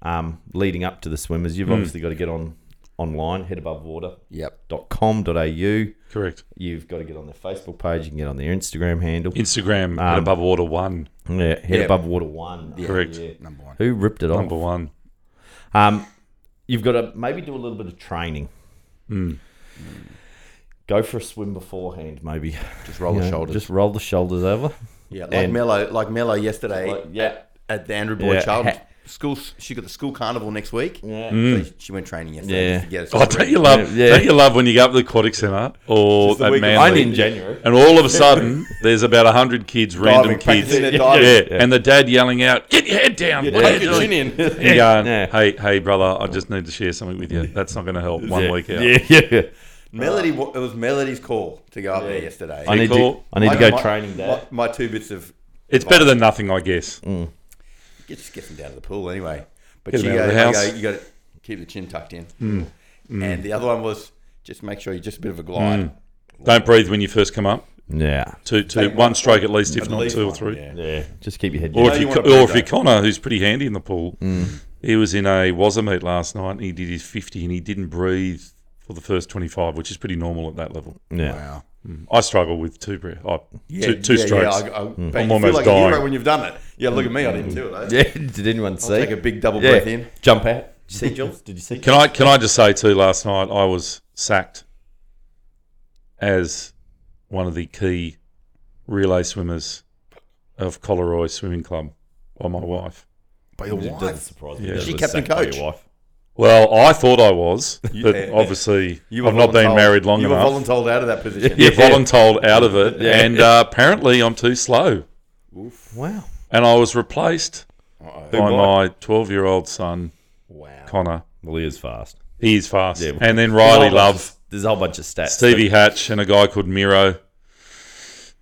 Speaker 1: um, leading up to the swimmers.
Speaker 3: Hmm.
Speaker 1: You've obviously got to get on online headabovewater.com.au.
Speaker 2: Yep.
Speaker 3: correct
Speaker 1: You've got to get on their Facebook page. You can get on their Instagram handle.
Speaker 3: Instagram
Speaker 1: Um,
Speaker 3: at above water one.
Speaker 1: Yeah, head
Speaker 2: Yeah.
Speaker 1: above water one.
Speaker 3: Correct.
Speaker 1: Yeah.
Speaker 2: Number one.
Speaker 1: Who ripped it off?
Speaker 3: Number one.
Speaker 1: Um, you've got to maybe do a little bit of training. Go for a swim beforehand, maybe.
Speaker 2: Just roll
Speaker 1: You
Speaker 2: the
Speaker 1: know,
Speaker 2: shoulders.
Speaker 1: Just roll the shoulders over.
Speaker 2: yeah, like
Speaker 1: and-
Speaker 2: Mello, like Mello yesterday
Speaker 1: Like, yeah.
Speaker 2: at the Andrew Boyd
Speaker 1: Yeah.
Speaker 2: Child
Speaker 1: Ha-
Speaker 2: School. She got the school carnival next week.
Speaker 1: Yeah.
Speaker 2: So she went training yesterday.
Speaker 1: Yeah.
Speaker 2: Just to get us
Speaker 3: Mm. Oh,
Speaker 2: all
Speaker 3: don't
Speaker 2: ready.
Speaker 3: you love?
Speaker 1: Yeah.
Speaker 3: Don't you love when you go up to the aquatic centre or
Speaker 2: Just the
Speaker 3: that
Speaker 2: week of-
Speaker 1: Only
Speaker 3: manly,
Speaker 1: in January.
Speaker 3: and all of a sudden there's about hundred kids, random kids,
Speaker 2: practicing
Speaker 3: yeah,
Speaker 2: their diving.
Speaker 3: and the dad yelling out, "Get your head down!" What are you
Speaker 1: [laughs]
Speaker 3: doing?"
Speaker 1: in.
Speaker 3: And going,
Speaker 1: Yeah.
Speaker 3: "Hey, hey, brother, I just need to share something with you. That's not going to help one
Speaker 1: yeah.
Speaker 3: week out."
Speaker 1: Yeah, yeah. yeah.
Speaker 2: Melody, wa- it was Melody's call to go up there yesterday.
Speaker 1: I need to.
Speaker 3: cool.
Speaker 1: I need to
Speaker 2: My-
Speaker 1: go
Speaker 2: my-
Speaker 1: training
Speaker 2: My,
Speaker 1: dad.
Speaker 2: my two bits of
Speaker 3: It's better than nothing, I guess.
Speaker 2: get, just get them down to the pool anyway. But
Speaker 3: Get
Speaker 2: she
Speaker 3: them out
Speaker 2: goes,
Speaker 3: of the
Speaker 2: I
Speaker 3: house. Mm.
Speaker 2: go, you got to keep the chin tucked in. And the other one was just make sure you're just a bit of a glide.
Speaker 3: Don't breathe when you first come up.
Speaker 1: Yeah.
Speaker 3: Two, two,
Speaker 2: Take
Speaker 3: one stroke at least, if not
Speaker 2: least
Speaker 3: two or
Speaker 2: one,
Speaker 3: three.
Speaker 2: yeah.
Speaker 1: Yeah. Just keep your head down.
Speaker 3: Or
Speaker 2: know
Speaker 3: if
Speaker 2: you
Speaker 3: you,
Speaker 2: wanna
Speaker 3: co- or
Speaker 2: prove
Speaker 3: if you
Speaker 2: that.
Speaker 3: Connor, who's pretty handy in the pool, he was in a Wazza meet last night and he did his 50 and he didn't breathe for the first 25, which is pretty normal at that level.
Speaker 1: yeah.
Speaker 2: Wow.
Speaker 3: I struggle with two breath, oh, two, two
Speaker 2: yeah,
Speaker 3: strokes.
Speaker 2: Yeah, I, I, but you
Speaker 3: I'm
Speaker 2: feel
Speaker 3: almost
Speaker 2: like a
Speaker 3: dying.
Speaker 2: hero when you've done it. Yeah, look at me. I didn't do it. eh?
Speaker 1: [laughs] Yeah. Did anyone see?
Speaker 2: Take a big double
Speaker 1: yeah.
Speaker 2: breath in.
Speaker 1: Jump out. Did you see Jules? Did you see?
Speaker 3: Can I can I just say too? Last night I was sacked as one of the key relay swimmers of Coleroy Swimming Club by my wife.
Speaker 2: By your
Speaker 1: It doesn't surprise me.
Speaker 3: Yeah.
Speaker 1: that
Speaker 3: She
Speaker 1: it was
Speaker 2: kept him
Speaker 1: sacked by
Speaker 2: coach.
Speaker 1: Your wife.
Speaker 3: Well, I thought I was,
Speaker 2: [laughs]
Speaker 3: but
Speaker 2: Yeah.
Speaker 3: obviously
Speaker 2: You were
Speaker 3: I've not been
Speaker 2: voluntold-
Speaker 3: married long
Speaker 2: you
Speaker 3: enough.
Speaker 2: were voluntold out of that position.
Speaker 3: yeah, voluntold out of it,
Speaker 1: Yeah.
Speaker 3: and uh, apparently I'm too slow.
Speaker 1: Wow.
Speaker 3: And I was replaced
Speaker 2: Uh-oh.
Speaker 3: by
Speaker 1: by?
Speaker 3: my 12 year old son
Speaker 2: Oh, Wow.
Speaker 3: Connor.
Speaker 1: Well, he is fast.
Speaker 3: He is fast,
Speaker 1: Yeah.
Speaker 3: and then
Speaker 1: There's a whole
Speaker 3: Riley
Speaker 1: bunch
Speaker 3: Love,
Speaker 1: of- There's a whole bunch of stats.
Speaker 3: Stevie Hatch, and a guy called Miro,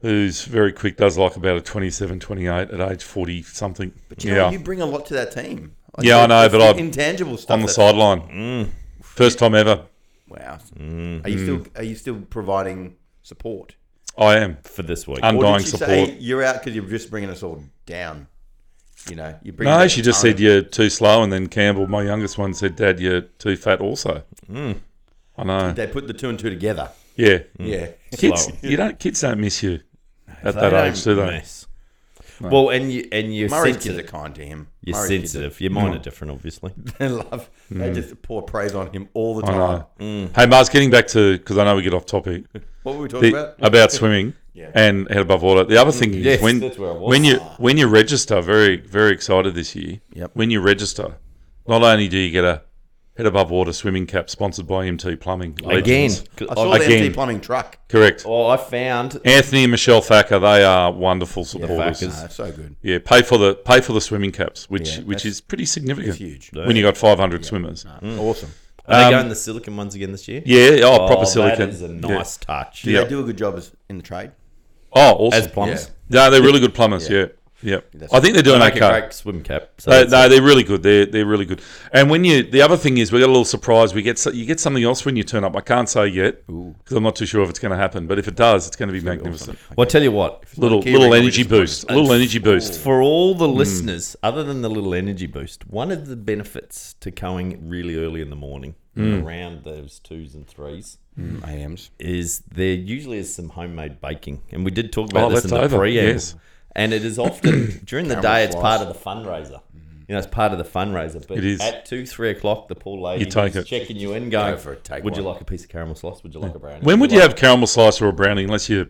Speaker 3: who's very quick, does like about a 27, 28 at age 40 something.
Speaker 2: But you, know,
Speaker 3: Yeah,
Speaker 2: you bring a lot to that team. Like,
Speaker 3: Yeah, I know,
Speaker 2: it's
Speaker 3: but
Speaker 2: the
Speaker 3: I've-
Speaker 2: intangible stuff.
Speaker 3: on the
Speaker 2: that-
Speaker 3: sideline, first time ever.
Speaker 2: Wow. Are
Speaker 3: Mm.
Speaker 2: you still are you still providing support?
Speaker 3: I am
Speaker 1: for this week.
Speaker 2: Or
Speaker 3: undying
Speaker 2: did she
Speaker 3: support.
Speaker 2: say you're out because you're just bringing us all down? You know, you bring.
Speaker 3: No, she
Speaker 2: Oh,
Speaker 3: just said you're too slow, and then Campbell, my youngest one, said, "Dad, you're too fat." Also, I know.
Speaker 2: They put the two and two together.
Speaker 3: Yeah, [laughs]
Speaker 2: Yeah. [laughs]
Speaker 3: kids,
Speaker 1: Slow.
Speaker 3: you don't. Kids don't miss you at that age, do they?
Speaker 1: Well, and you and you're
Speaker 2: Murray's kids are
Speaker 1: sensitive.
Speaker 2: kind to him.
Speaker 1: You're
Speaker 2: Murray's kids are-
Speaker 1: sensitive. Your mine are different, obviously.
Speaker 2: They [laughs] love. They just pour praise on him all the
Speaker 3: Mm. I
Speaker 2: time.
Speaker 3: know.
Speaker 1: Mm.
Speaker 3: Hey, Mars, getting back to because I know we get off topic
Speaker 2: What were we talking
Speaker 3: the,
Speaker 2: about?
Speaker 3: about swimming
Speaker 2: [laughs] Yeah.
Speaker 3: and head above water. The other thing is
Speaker 1: Yes,
Speaker 3: when
Speaker 1: that's where I was.
Speaker 3: when you when you register, very very excited this year.
Speaker 2: Yep.
Speaker 3: When you register, not only do you get a Head above water swimming cap sponsored by MT Plumbing.
Speaker 1: Again.
Speaker 3: Legends.
Speaker 2: I saw the
Speaker 3: Again.
Speaker 2: MT plumbing truck.
Speaker 3: Correct.
Speaker 1: Oh, I found.
Speaker 3: Anthony and Michelle Thacker, they are wonderful supporters.
Speaker 1: Thackers.
Speaker 2: Oh, it's so good.
Speaker 3: Yeah, pay for the pay for the swimming caps, which
Speaker 2: Yeah,
Speaker 3: which
Speaker 2: that's-
Speaker 3: is pretty significant.
Speaker 2: it's huge.
Speaker 3: When you got 500 swimmers.
Speaker 2: Awesome.
Speaker 1: Are
Speaker 3: Um,
Speaker 1: they going the silicon ones again this year?
Speaker 3: Yeah, oh,
Speaker 1: Oh,
Speaker 3: proper silicon.
Speaker 1: That is a
Speaker 3: Yeah.
Speaker 1: nice touch.
Speaker 2: Do
Speaker 3: Yeah.
Speaker 2: they do a good job as, in the trade?
Speaker 3: Oh, awesome.
Speaker 1: As plumbers,
Speaker 3: No, they're really good plumbers. Yeah, yeah.
Speaker 2: That's-
Speaker 3: I think they're doing
Speaker 1: make
Speaker 3: okay.
Speaker 1: a great swim cap. So
Speaker 3: They,
Speaker 1: that's
Speaker 3: no, they're really good. They're they're really good. And when you the other thing is we got a little surprise. We get so- you get something else when you turn up. I can't say yet because I'm not too sure if it's going to happen. But if it does, it's going to be magnificent.
Speaker 1: Well, I tell you what,
Speaker 3: Little
Speaker 2: Kiwi,
Speaker 3: little
Speaker 2: we
Speaker 3: energy
Speaker 2: just want
Speaker 3: boost. Little energy boost. Hmm.
Speaker 1: for all the listeners, other than the little energy boost, one of the benefits to going really early in the morning,
Speaker 3: Hmm.
Speaker 1: around those twos and threes,
Speaker 2: AMs.
Speaker 1: is there usually is some homemade baking, and we did talk about
Speaker 3: Oh,
Speaker 1: this in
Speaker 3: that's
Speaker 1: the
Speaker 3: over,
Speaker 1: preamble.
Speaker 3: yes.
Speaker 1: And it is
Speaker 3: [coughs]
Speaker 1: often during the day; it's
Speaker 2: slice.
Speaker 1: part of the fundraiser. You know, it's part of the fundraiser. But
Speaker 3: Mm-hmm. It is.
Speaker 1: at two, three o'clock, the poor lady
Speaker 3: You take
Speaker 1: is
Speaker 3: it.
Speaker 1: checking you in, going,
Speaker 2: for it, take
Speaker 1: "Would you
Speaker 2: one."
Speaker 1: like a piece of caramel slice? Would you like a brownie?"
Speaker 3: When would you
Speaker 1: like-"
Speaker 3: have caramel slice or a brownie unless you're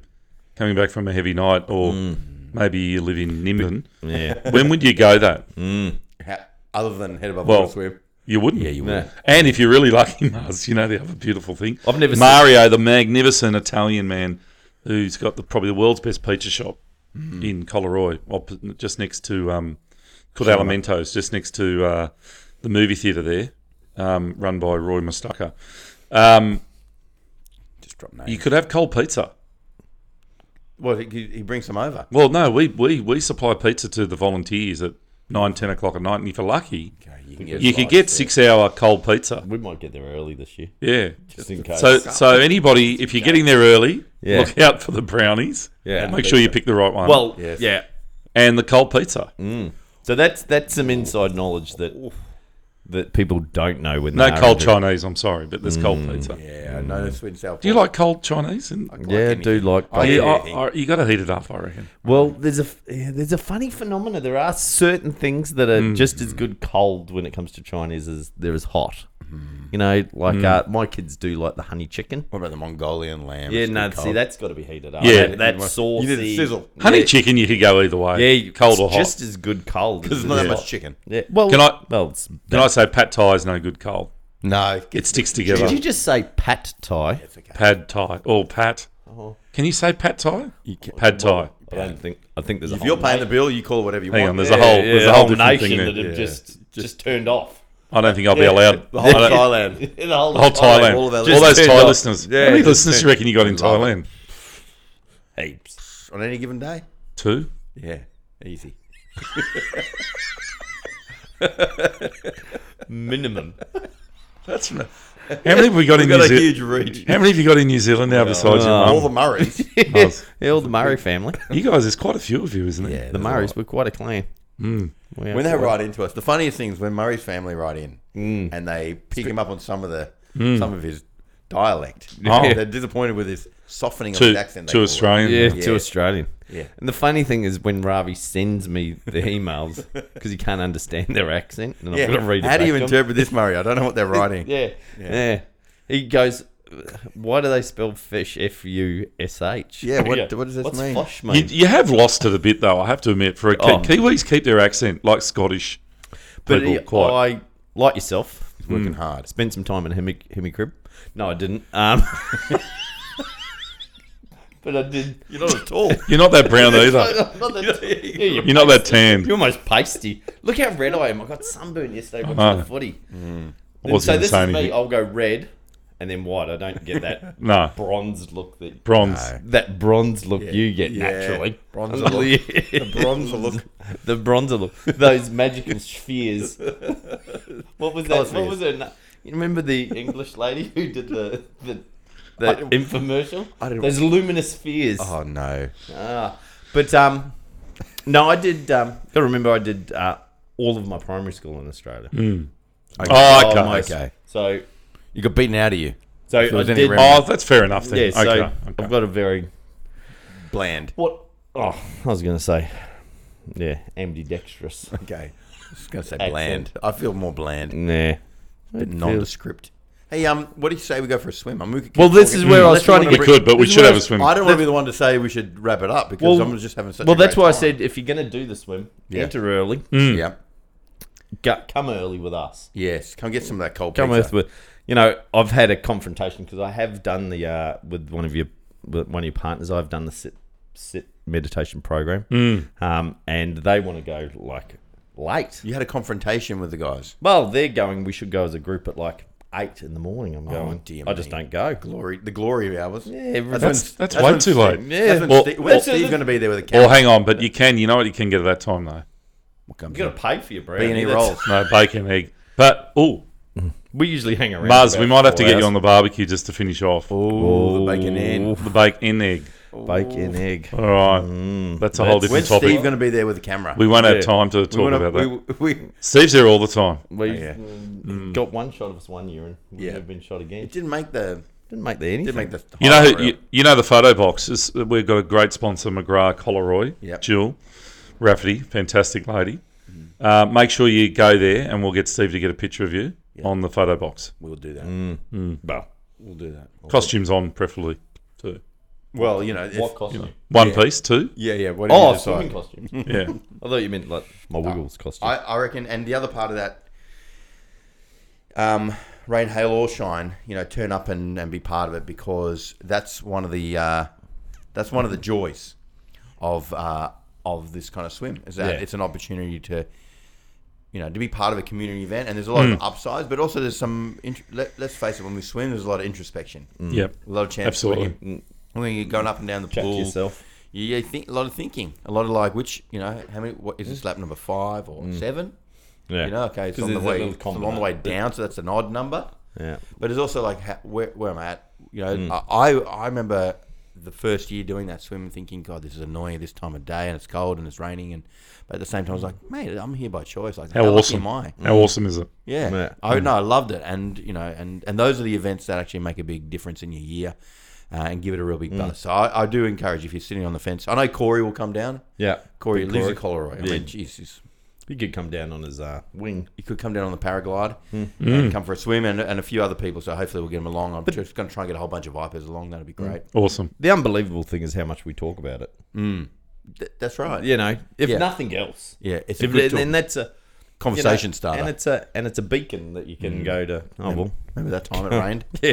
Speaker 3: coming back from a heavy night or
Speaker 1: Mm.
Speaker 3: maybe you live in Nimbin?
Speaker 1: Yeah.
Speaker 3: When would you go that?
Speaker 2: Ha- other than head above
Speaker 3: Well,
Speaker 2: water swim.
Speaker 3: You wouldn't. Yeah,
Speaker 2: you
Speaker 1: No.
Speaker 3: And if you're really lucky, [laughs] Mars, you know the other beautiful thing.
Speaker 1: I've never seen-
Speaker 3: Mario, the magnificent Italian man, who's got the probably the world's best pizza shop in Coleroy, op- just next to um, called Alimentos, just next to uh, the movie theatre there, um, run by Roy Mustaka. Um,
Speaker 2: Just drop names.
Speaker 3: you could have cold pizza.
Speaker 2: well, he, he brings them over.
Speaker 3: Well, no, we, we we supply pizza to the volunteers at nine, ten o'clock at night, and if you're lucky,
Speaker 2: Okay, you can get
Speaker 3: you could get six-hour cold pizza.
Speaker 1: [laughs] We might get there early this year,
Speaker 3: Yeah.
Speaker 1: just in case.
Speaker 3: So, so anybody, if you're getting there early,
Speaker 1: Yeah.
Speaker 3: look out for the brownies.
Speaker 1: Yeah.
Speaker 3: make sure you pick the right one.
Speaker 1: well,
Speaker 2: Yes.
Speaker 1: yeah.
Speaker 3: and the cold pizza.
Speaker 1: Mm. So that's that's some inside knowledge that that people don't know when
Speaker 3: No
Speaker 1: they are
Speaker 3: cold
Speaker 1: into-
Speaker 3: Chinese. I'm sorry, but there's cold pizza.
Speaker 2: Yeah, I know the sweet and sour.
Speaker 3: Do you like cold Chinese? And
Speaker 1: Yeah,
Speaker 2: anything.
Speaker 1: do like
Speaker 2: I-
Speaker 1: baking.
Speaker 3: yeah,
Speaker 2: anything.
Speaker 3: I, I, you got to heat it up. I reckon.
Speaker 1: Well, there's a f- yeah, there's a funny phenomena. There are certain things that
Speaker 3: Hmm.
Speaker 1: are just as good cold when it comes to Chinese as there is hot. You know, like
Speaker 3: Hmm.
Speaker 1: uh, my kids do like the honey chicken.
Speaker 2: What about the Mongolian lamb?
Speaker 1: Yeah,
Speaker 2: It's
Speaker 1: no,
Speaker 2: good
Speaker 1: see,
Speaker 2: cold.
Speaker 1: that's got to be heated up.
Speaker 3: Yeah.
Speaker 1: that, that saucy.
Speaker 2: You did sizzle.
Speaker 3: Honey chicken, you could go either way.
Speaker 1: Yeah, you-
Speaker 3: cold
Speaker 1: it's
Speaker 3: or hot.
Speaker 1: Just as good cold.
Speaker 2: There's
Speaker 1: as it
Speaker 2: not that
Speaker 1: is
Speaker 2: much
Speaker 1: hot.
Speaker 2: chicken.
Speaker 1: Yeah. Well,
Speaker 3: Can I-
Speaker 1: Well, it's-
Speaker 3: Can I say pad thai is no good cold?
Speaker 2: No,
Speaker 3: It sticks
Speaker 1: did you
Speaker 3: together.
Speaker 1: just say pat Thai?
Speaker 3: Pad thai or pat?
Speaker 1: Uh-huh.
Speaker 3: Can you say pat thai? Pad thai.
Speaker 1: I don't think. I think there's a
Speaker 2: if you're
Speaker 1: whole
Speaker 2: paying
Speaker 1: na-
Speaker 2: the bill, you call it whatever you
Speaker 3: Hang on,
Speaker 2: want.
Speaker 3: there's a whole
Speaker 1: yeah,
Speaker 3: there's
Speaker 1: yeah,
Speaker 3: a whole, different
Speaker 1: nation
Speaker 3: thing
Speaker 1: that
Speaker 3: there.
Speaker 1: have just just turned off.
Speaker 3: I don't think I'll be
Speaker 1: [laughs]
Speaker 3: allowed.
Speaker 2: the whole
Speaker 3: I don't-
Speaker 2: Thailand.
Speaker 1: the whole,
Speaker 3: The whole Thailand.
Speaker 2: all
Speaker 3: All,
Speaker 2: of our
Speaker 3: those
Speaker 1: listeners.
Speaker 3: Thai
Speaker 1: Yeah,
Speaker 3: listeners.
Speaker 2: yeah,
Speaker 3: How many
Speaker 2: just
Speaker 3: listeners
Speaker 2: turned-
Speaker 3: do you reckon you got in
Speaker 2: Love
Speaker 3: Thailand?
Speaker 1: Heaps.
Speaker 2: on any given day.
Speaker 3: Two?
Speaker 2: Yeah, easy.
Speaker 1: Minimum.
Speaker 3: That's not, How many have we got in
Speaker 2: We've got
Speaker 3: New
Speaker 2: a huge
Speaker 3: Zealand?
Speaker 2: reach.
Speaker 3: How many have you got in New Zealand now besides your
Speaker 2: Uh, All the [laughs]
Speaker 3: mum?
Speaker 2: Murrays.
Speaker 3: Nice.
Speaker 1: [laughs] Yeah, all the Murray family.
Speaker 2: uh,
Speaker 3: You guys, there's quite a few of you, isn't there?
Speaker 1: The Murrays were quite a clan. Mm.
Speaker 2: when they write into us, the funniest thing is when Murray's family write in
Speaker 3: Mm.
Speaker 2: and they pick him up on some of the some of his dialect.
Speaker 3: Oh.
Speaker 2: They're disappointed with his softening of his
Speaker 3: Two,
Speaker 2: accent. they
Speaker 3: two
Speaker 2: call it.
Speaker 3: Australian.
Speaker 1: yeah,
Speaker 3: now.
Speaker 1: to Australian.
Speaker 2: Yeah.
Speaker 1: And the funny thing is when Ravi sends me the
Speaker 2: [laughs]
Speaker 1: emails because he can't understand their accent, and
Speaker 2: Yeah.
Speaker 1: I've got to read it.
Speaker 2: How do
Speaker 1: back
Speaker 2: you
Speaker 1: to him.
Speaker 2: interpret this, Murray? I don't know
Speaker 1: [laughs]
Speaker 2: what they're writing.
Speaker 1: Yeah. yeah, He goes, "Why do they spell fish? F U S H?
Speaker 2: Yeah, what- what does this
Speaker 1: What's
Speaker 2: mean?
Speaker 1: Fosh
Speaker 3: You,
Speaker 1: mean?
Speaker 3: you have lost it a bit, though, I have to admit. For a, Ki-
Speaker 1: Oh.
Speaker 3: Kiwis keep their accent like Scottish
Speaker 1: but
Speaker 3: people
Speaker 1: he-
Speaker 3: quite.
Speaker 1: I like yourself.
Speaker 2: Working hard.
Speaker 1: Spend some time in Hemi, Hemi crib. No, I didn't.
Speaker 2: [laughs]
Speaker 1: Um, but I [laughs] did.
Speaker 2: You're not at all.
Speaker 3: You're not
Speaker 1: [laughs]
Speaker 3: that
Speaker 2: [laughs]
Speaker 3: brown either.
Speaker 1: Not that- [laughs] yeah, you're
Speaker 3: You're not that tanned.
Speaker 1: You're almost pasty. Look how red I am. I got sunburned yesterday watching
Speaker 3: know.
Speaker 1: the footy.
Speaker 3: I
Speaker 1: And so
Speaker 3: wasn't
Speaker 1: this
Speaker 3: saying
Speaker 1: is me.
Speaker 3: anything.
Speaker 1: I'll go red and then white. I don't get that
Speaker 3: [laughs] No,
Speaker 1: bronzed look that
Speaker 3: bronze.
Speaker 1: that bronze look you get
Speaker 2: Yeah.
Speaker 1: naturally.
Speaker 2: Bronzer
Speaker 1: [laughs] the,
Speaker 2: Bronze look.
Speaker 1: [laughs] the bronzer look. Those magical
Speaker 2: [laughs]
Speaker 1: spheres. What was that? What
Speaker 2: spheres.
Speaker 1: was her? na- You remember the English lady who did the the, the infomercial?
Speaker 2: I didn't-
Speaker 1: Those luminous spheres.
Speaker 2: Oh no.
Speaker 1: Ah, but um, no, I did. Um, got to remember, I did uh, all of my primary school in Australia.
Speaker 3: Oh, okay.
Speaker 1: my-
Speaker 2: Mm. okay.
Speaker 1: So,
Speaker 2: You got beaten out of you.
Speaker 1: so
Speaker 2: there
Speaker 1: I
Speaker 2: was any
Speaker 1: did.
Speaker 2: remnant.
Speaker 3: Oh, that's fair enough then.
Speaker 1: yeah, so
Speaker 3: okay.
Speaker 1: I've
Speaker 3: okay.
Speaker 1: got a very
Speaker 2: Bland.
Speaker 1: what? Oh, I was gonna say, yeah,
Speaker 2: [laughs]
Speaker 1: ambidextrous.
Speaker 2: Okay. I was gonna say bland. I feel more bland.
Speaker 1: nah.
Speaker 2: Nondescript. Hey, um, what do you say we go for a swim? I'm
Speaker 1: Well, this is where I was
Speaker 2: Unless you
Speaker 1: trying to
Speaker 2: wanna
Speaker 1: get.
Speaker 3: We could, but we
Speaker 2: This is
Speaker 3: should
Speaker 2: where
Speaker 3: have a swim.
Speaker 2: I don't want to be the one to say we should wrap it up because
Speaker 1: Well-
Speaker 2: I'm just having such.
Speaker 1: Well,
Speaker 2: a
Speaker 1: that's
Speaker 2: great
Speaker 1: why I
Speaker 2: time.
Speaker 1: said if you're gonna do the swim,
Speaker 2: Yeah.
Speaker 1: enter early.
Speaker 2: Yeah.
Speaker 1: Go- come early with us.
Speaker 2: Yes, come get some of that cold
Speaker 1: Come
Speaker 2: pizza.
Speaker 1: earth with, you know, I've had a confrontation because I have done the uh, with one of your with one of your partners. I've done the sit sit meditation program, um, and they want to go like late.
Speaker 2: You had a confrontation with the guys.
Speaker 1: Well, they're going. We should go as a group at like eight in the morning. I'm going.
Speaker 2: dear
Speaker 1: I just
Speaker 2: me.
Speaker 1: don't go.
Speaker 2: Glory, the glory of ours. Yeah,
Speaker 1: everyone-
Speaker 3: That's- that's way too late.
Speaker 2: Yeah, that's when
Speaker 3: Well-
Speaker 2: Steve,
Speaker 3: well-
Speaker 2: when's Steve going to be there
Speaker 1: Oh.
Speaker 2: with a
Speaker 3: Or
Speaker 2: cat?
Speaker 3: hang on, but you can. You know what you can get at that time though?
Speaker 2: What comes
Speaker 1: You got
Speaker 2: in?
Speaker 1: to pay for your brand.
Speaker 2: B&E rolls.
Speaker 3: No bacon egg. But oh,
Speaker 1: [laughs] We usually hang around.
Speaker 3: Mars,
Speaker 1: about
Speaker 3: we might have to
Speaker 1: four
Speaker 3: get you
Speaker 1: hours.
Speaker 3: on the barbecue just to finish off.
Speaker 2: Ooh, the bacon in.
Speaker 3: The bacon egg.
Speaker 1: bacon egg.
Speaker 3: All right, that's a whole different
Speaker 2: Mm. When's
Speaker 3: topic.
Speaker 2: Steve going to be there with a camera?
Speaker 3: we won't
Speaker 1: Yeah.
Speaker 3: have time to talk
Speaker 2: wanna-
Speaker 3: about that.
Speaker 2: [laughs] we- we-
Speaker 3: Steve's here all the time.
Speaker 1: We've
Speaker 2: yeah.
Speaker 1: mm, got one shot of us one year, and we've
Speaker 2: Yeah.
Speaker 1: never been shot again.
Speaker 2: it didn't make the
Speaker 1: Didn't make the anything.
Speaker 2: didn't make the
Speaker 3: You know,
Speaker 2: highlight
Speaker 3: who, you,
Speaker 2: reel.
Speaker 3: you know the photo box. Is, we've got a great sponsor, McGrath Coleroy,
Speaker 2: Yep.
Speaker 3: Jill Rafferty, fantastic lady.
Speaker 2: Mm-hmm.
Speaker 3: Uh, make sure you go there, and we'll get Steve to get a picture of you on the photo box.
Speaker 2: we'll do
Speaker 3: Mm.
Speaker 2: that.
Speaker 1: Well,
Speaker 2: We'll do that.
Speaker 3: Costumes on, preferably too.
Speaker 2: Well, you know, if-
Speaker 1: what costume?
Speaker 3: One
Speaker 2: [laughs]
Speaker 3: piece too.
Speaker 2: yeah, Mm. yeah. What
Speaker 1: Oh,
Speaker 2: you
Speaker 1: swimming
Speaker 2: decide?
Speaker 1: costume.
Speaker 3: Yeah.
Speaker 1: I thought you meant like my Wiggles costume.
Speaker 2: I, I reckon, and the other part of that, um, rain, hail, or shine, you know, turn up and, and be part of it because that's one of the uh, that's one of the joys of uh, of this kind of swim is that
Speaker 1: Yeah.
Speaker 2: it's an opportunity to you know to be part of a community event, and there's a lot
Speaker 3: Mm.
Speaker 2: of upsides, but also there's some. Int- let, let's face it, when we swim, there's a lot of introspection,
Speaker 3: Yep.
Speaker 2: a lot of chance.
Speaker 3: Absolutely.
Speaker 2: When, you, when you're going up and down the
Speaker 1: Chat to
Speaker 2: pool,
Speaker 1: yourself.
Speaker 2: you, you think a lot of thinking, a lot of like which you know how many what is this lap number five or seven?
Speaker 1: Mm. Yeah.
Speaker 2: You know, okay, it's
Speaker 1: 'Cause
Speaker 2: on the
Speaker 1: there's that
Speaker 2: way
Speaker 1: little
Speaker 2: it's on the way
Speaker 1: combo.
Speaker 2: down, so that's an odd number.
Speaker 1: Yeah. Mm.
Speaker 2: But it's also like ha- where where am I at? You know, I I I remember the first year doing that swim and thinking, God, this is annoying at this time of day and it's cold and it's raining and but at the same time I was like, mate, I'm here by choice. Like
Speaker 3: How
Speaker 2: lucky
Speaker 3: awesome!
Speaker 2: am I? Mm.
Speaker 3: How awesome is it?
Speaker 2: Yeah.
Speaker 1: Yeah.
Speaker 2: I no, I loved it, and you know, and and those are the events that actually make a big difference in your year, uh, and give it a real
Speaker 1: Hmm.
Speaker 2: big buzz. So I, I do encourage if you're sitting on the fence. I know Corey will come down.
Speaker 1: Yeah.
Speaker 2: Corey
Speaker 1: Big
Speaker 2: lives
Speaker 1: Corey.
Speaker 2: in Colorado. I
Speaker 1: Yeah.
Speaker 2: mean, Jesus,
Speaker 1: He could come down on his uh, wing.
Speaker 2: you could come down on the paraglide
Speaker 1: Hmm.
Speaker 2: and come for a swim, and, and a few other people. So hopefully we'll get them along. I'm just going to try and get a whole bunch of vipers along. That'd be
Speaker 1: Hmm.
Speaker 2: great.
Speaker 3: Awesome.
Speaker 1: The unbelievable thing is how much we talk about it.
Speaker 2: Th- that's right.
Speaker 1: You know, if
Speaker 2: Yeah.
Speaker 1: nothing else.
Speaker 2: yeah. It's a
Speaker 1: If,
Speaker 2: good
Speaker 1: then,
Speaker 2: talk-
Speaker 1: then that's a you know,
Speaker 2: conversation starter. Mm.
Speaker 1: and it's a and it's a beacon that you can go to. Oh well, [laughs]
Speaker 2: Remember that time it rained?
Speaker 1: yeah,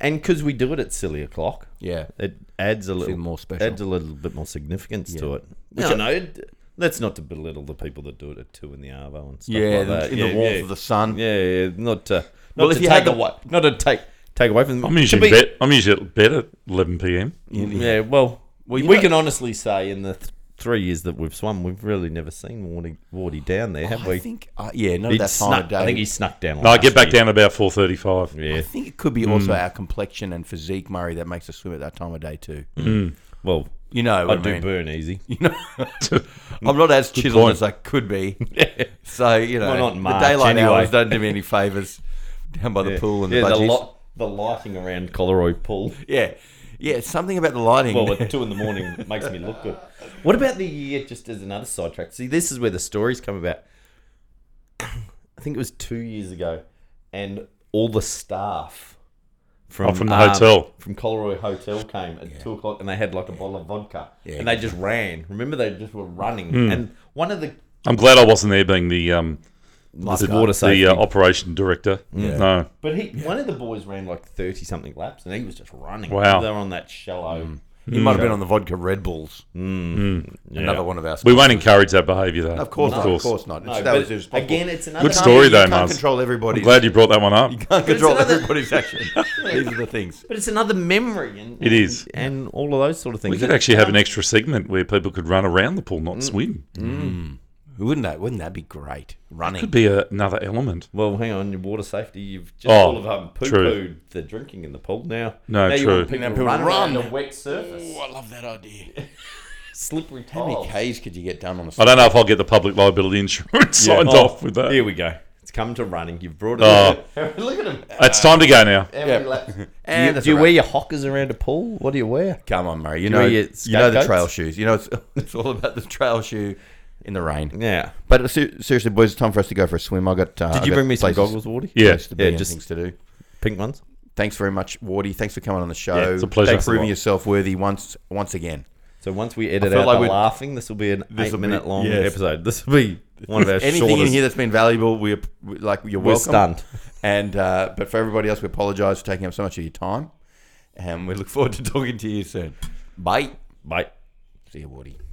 Speaker 1: and because we do it at silly o'clock,
Speaker 2: Yeah.
Speaker 1: it adds a little
Speaker 2: more special.
Speaker 1: adds a little bit more significance to it. Which I know. it- That's not to belittle the people that do it at two in the arvo and stuff
Speaker 2: Yeah,
Speaker 1: like that.
Speaker 2: in
Speaker 1: yeah,
Speaker 2: the warmth
Speaker 1: yeah.
Speaker 2: of the sun.
Speaker 1: Mm. Yeah, yeah, not to. Not
Speaker 2: Well,
Speaker 1: to
Speaker 2: if you
Speaker 1: take
Speaker 2: had the-
Speaker 1: away, not to take take away from.
Speaker 3: I'm
Speaker 1: to
Speaker 3: usually
Speaker 1: be-
Speaker 3: bet. I'm usually at bed at 11 p.m.
Speaker 1: Yeah, well, we,
Speaker 2: you
Speaker 1: we
Speaker 2: know-
Speaker 1: can honestly say in the th- three years that we've swum, we've really never seen Wardy, Wardy down there, have
Speaker 2: I
Speaker 1: we?
Speaker 2: think, uh, yeah, not
Speaker 1: He
Speaker 2: at that time of
Speaker 1: snuck,
Speaker 2: day.
Speaker 1: I think he snuck down.
Speaker 3: No, I
Speaker 1: last
Speaker 3: get back
Speaker 1: year.
Speaker 3: down about 4:35.
Speaker 1: Yeah, Hmm.
Speaker 2: I think it could be also our complexion and physique, Murray, that makes us swim at that time of day too.
Speaker 1: well,
Speaker 2: You know,
Speaker 1: I
Speaker 2: what I
Speaker 1: do
Speaker 2: mean.
Speaker 1: burn easy.
Speaker 2: You know, I'm not as chiseled
Speaker 3: point.
Speaker 2: as I
Speaker 1: [laughs]
Speaker 2: could be. So you know,
Speaker 1: Well, not in March,
Speaker 2: the daylight
Speaker 1: anyway.
Speaker 2: hours don't do me any favors down by the pool and
Speaker 1: yeah,
Speaker 2: the
Speaker 1: the,
Speaker 2: budgies.
Speaker 1: lot, the lighting around Coleroy Pool.
Speaker 2: yeah, yeah. it's Something about the lighting. [laughs]
Speaker 1: Well, [laughs] at two in the morning makes me look good. What about the year? Just as another sidetrack. See, this is where the stories come about. [coughs] I think it was two years ago, and all the staff from um,
Speaker 3: Oh, from the hotel.
Speaker 1: from Coleroy Hotel came at two o'clock, and they had like a bottle of vodka,
Speaker 2: Yeah.
Speaker 1: and they just ran. Remember, they just were running,
Speaker 3: Hmm.
Speaker 1: and one of the
Speaker 3: I'm glad I wasn't there, being the um,
Speaker 1: the water safety.
Speaker 3: the uh, operation director. No,
Speaker 1: but he, one of the boys ran like thirty something laps, and he was just running.
Speaker 3: Wow. Hmm.
Speaker 1: they were on that shallow.
Speaker 2: you
Speaker 1: Hmm.
Speaker 2: might have been on the vodka Red Bulls. Hmm. Another one of our.
Speaker 3: we won't encourage that behaviour, though.
Speaker 2: Of course, not, of course not.
Speaker 1: No,
Speaker 2: that
Speaker 1: but
Speaker 2: was irresponsible.
Speaker 1: again, it's another
Speaker 3: Good story,
Speaker 2: you
Speaker 3: though,
Speaker 2: can't
Speaker 3: Mars.
Speaker 2: control everybody's.
Speaker 3: Glad you brought that one up.
Speaker 1: [laughs]
Speaker 2: can't control
Speaker 1: another- [laughs]
Speaker 2: everybody's action. These are the things.
Speaker 1: But it's another memory, and
Speaker 3: It is.
Speaker 1: and, and all of those sort of things.
Speaker 3: We could actually have an extra segment where people could run around the pool,
Speaker 2: Mm.
Speaker 3: not swim.
Speaker 2: Wouldn't that? Wouldn't that be great? Running.
Speaker 3: Could be a, another element.
Speaker 1: Well, hang on, your water safety. You've just
Speaker 3: Oh,
Speaker 1: all of um, poo
Speaker 3: true.
Speaker 1: pooed the drinking in the pool now.
Speaker 3: No,
Speaker 1: now You
Speaker 3: true.
Speaker 1: want people
Speaker 2: Now
Speaker 1: to
Speaker 2: people
Speaker 1: run,
Speaker 2: run.
Speaker 1: around a wet surface,
Speaker 2: Oh, I love that idea.
Speaker 1: slippery
Speaker 2: How many
Speaker 1: tiles.
Speaker 2: Ks could you get done on a
Speaker 3: I don't know if I'll get the public liability insurance signed
Speaker 1: Oh,
Speaker 3: off with that.
Speaker 1: Here we go. It's come to running. You've brought it.
Speaker 3: Oh.
Speaker 1: in. [laughs] Look at him.
Speaker 3: It's time to go now.
Speaker 1: How
Speaker 2: yeah.
Speaker 1: many laps? [laughs]
Speaker 2: And
Speaker 1: Do you,
Speaker 2: that's
Speaker 1: do you
Speaker 2: a
Speaker 1: wear your hockers around a pool? What do you wear?
Speaker 2: Come on, Murray. You
Speaker 1: wear
Speaker 2: know,
Speaker 1: your
Speaker 2: you know the
Speaker 1: scapegoats?
Speaker 2: trail shoes. You know, it's, [laughs] it's all about the trail shoe in the rain.
Speaker 1: Yeah.
Speaker 2: But se- seriously, boys, it's time for us to go for a swim. I got. Uh,
Speaker 1: Did you bring me some goggles, Wardy?
Speaker 3: Yeah.
Speaker 2: To
Speaker 1: Yeah,
Speaker 2: yeah,
Speaker 1: just-
Speaker 2: just things to do.
Speaker 1: Pink ones.
Speaker 2: Thanks very much, Wardy. Thanks for coming on the show.
Speaker 1: Yeah, it's
Speaker 3: a pleasure.
Speaker 1: Thanks
Speaker 2: Thanks for
Speaker 1: a
Speaker 2: proving
Speaker 1: lot.
Speaker 2: yourself worthy once once again.
Speaker 1: It's So once we edit
Speaker 2: feel
Speaker 1: out
Speaker 2: like
Speaker 1: the
Speaker 2: we'd-
Speaker 1: laughing, this will be an
Speaker 2: will be-
Speaker 1: eight-minute long
Speaker 2: yes.
Speaker 1: episode. This will be one of our
Speaker 2: [laughs] Anything
Speaker 1: shortest.
Speaker 2: in here that's been valuable, we're we- like you're
Speaker 1: We're
Speaker 2: welcome.
Speaker 1: stunned.
Speaker 2: And uh, but for everybody else, we apologise for taking up so much of your time, and we look forward to talking to you soon. Bye.
Speaker 1: Bye.
Speaker 2: See you, Woody.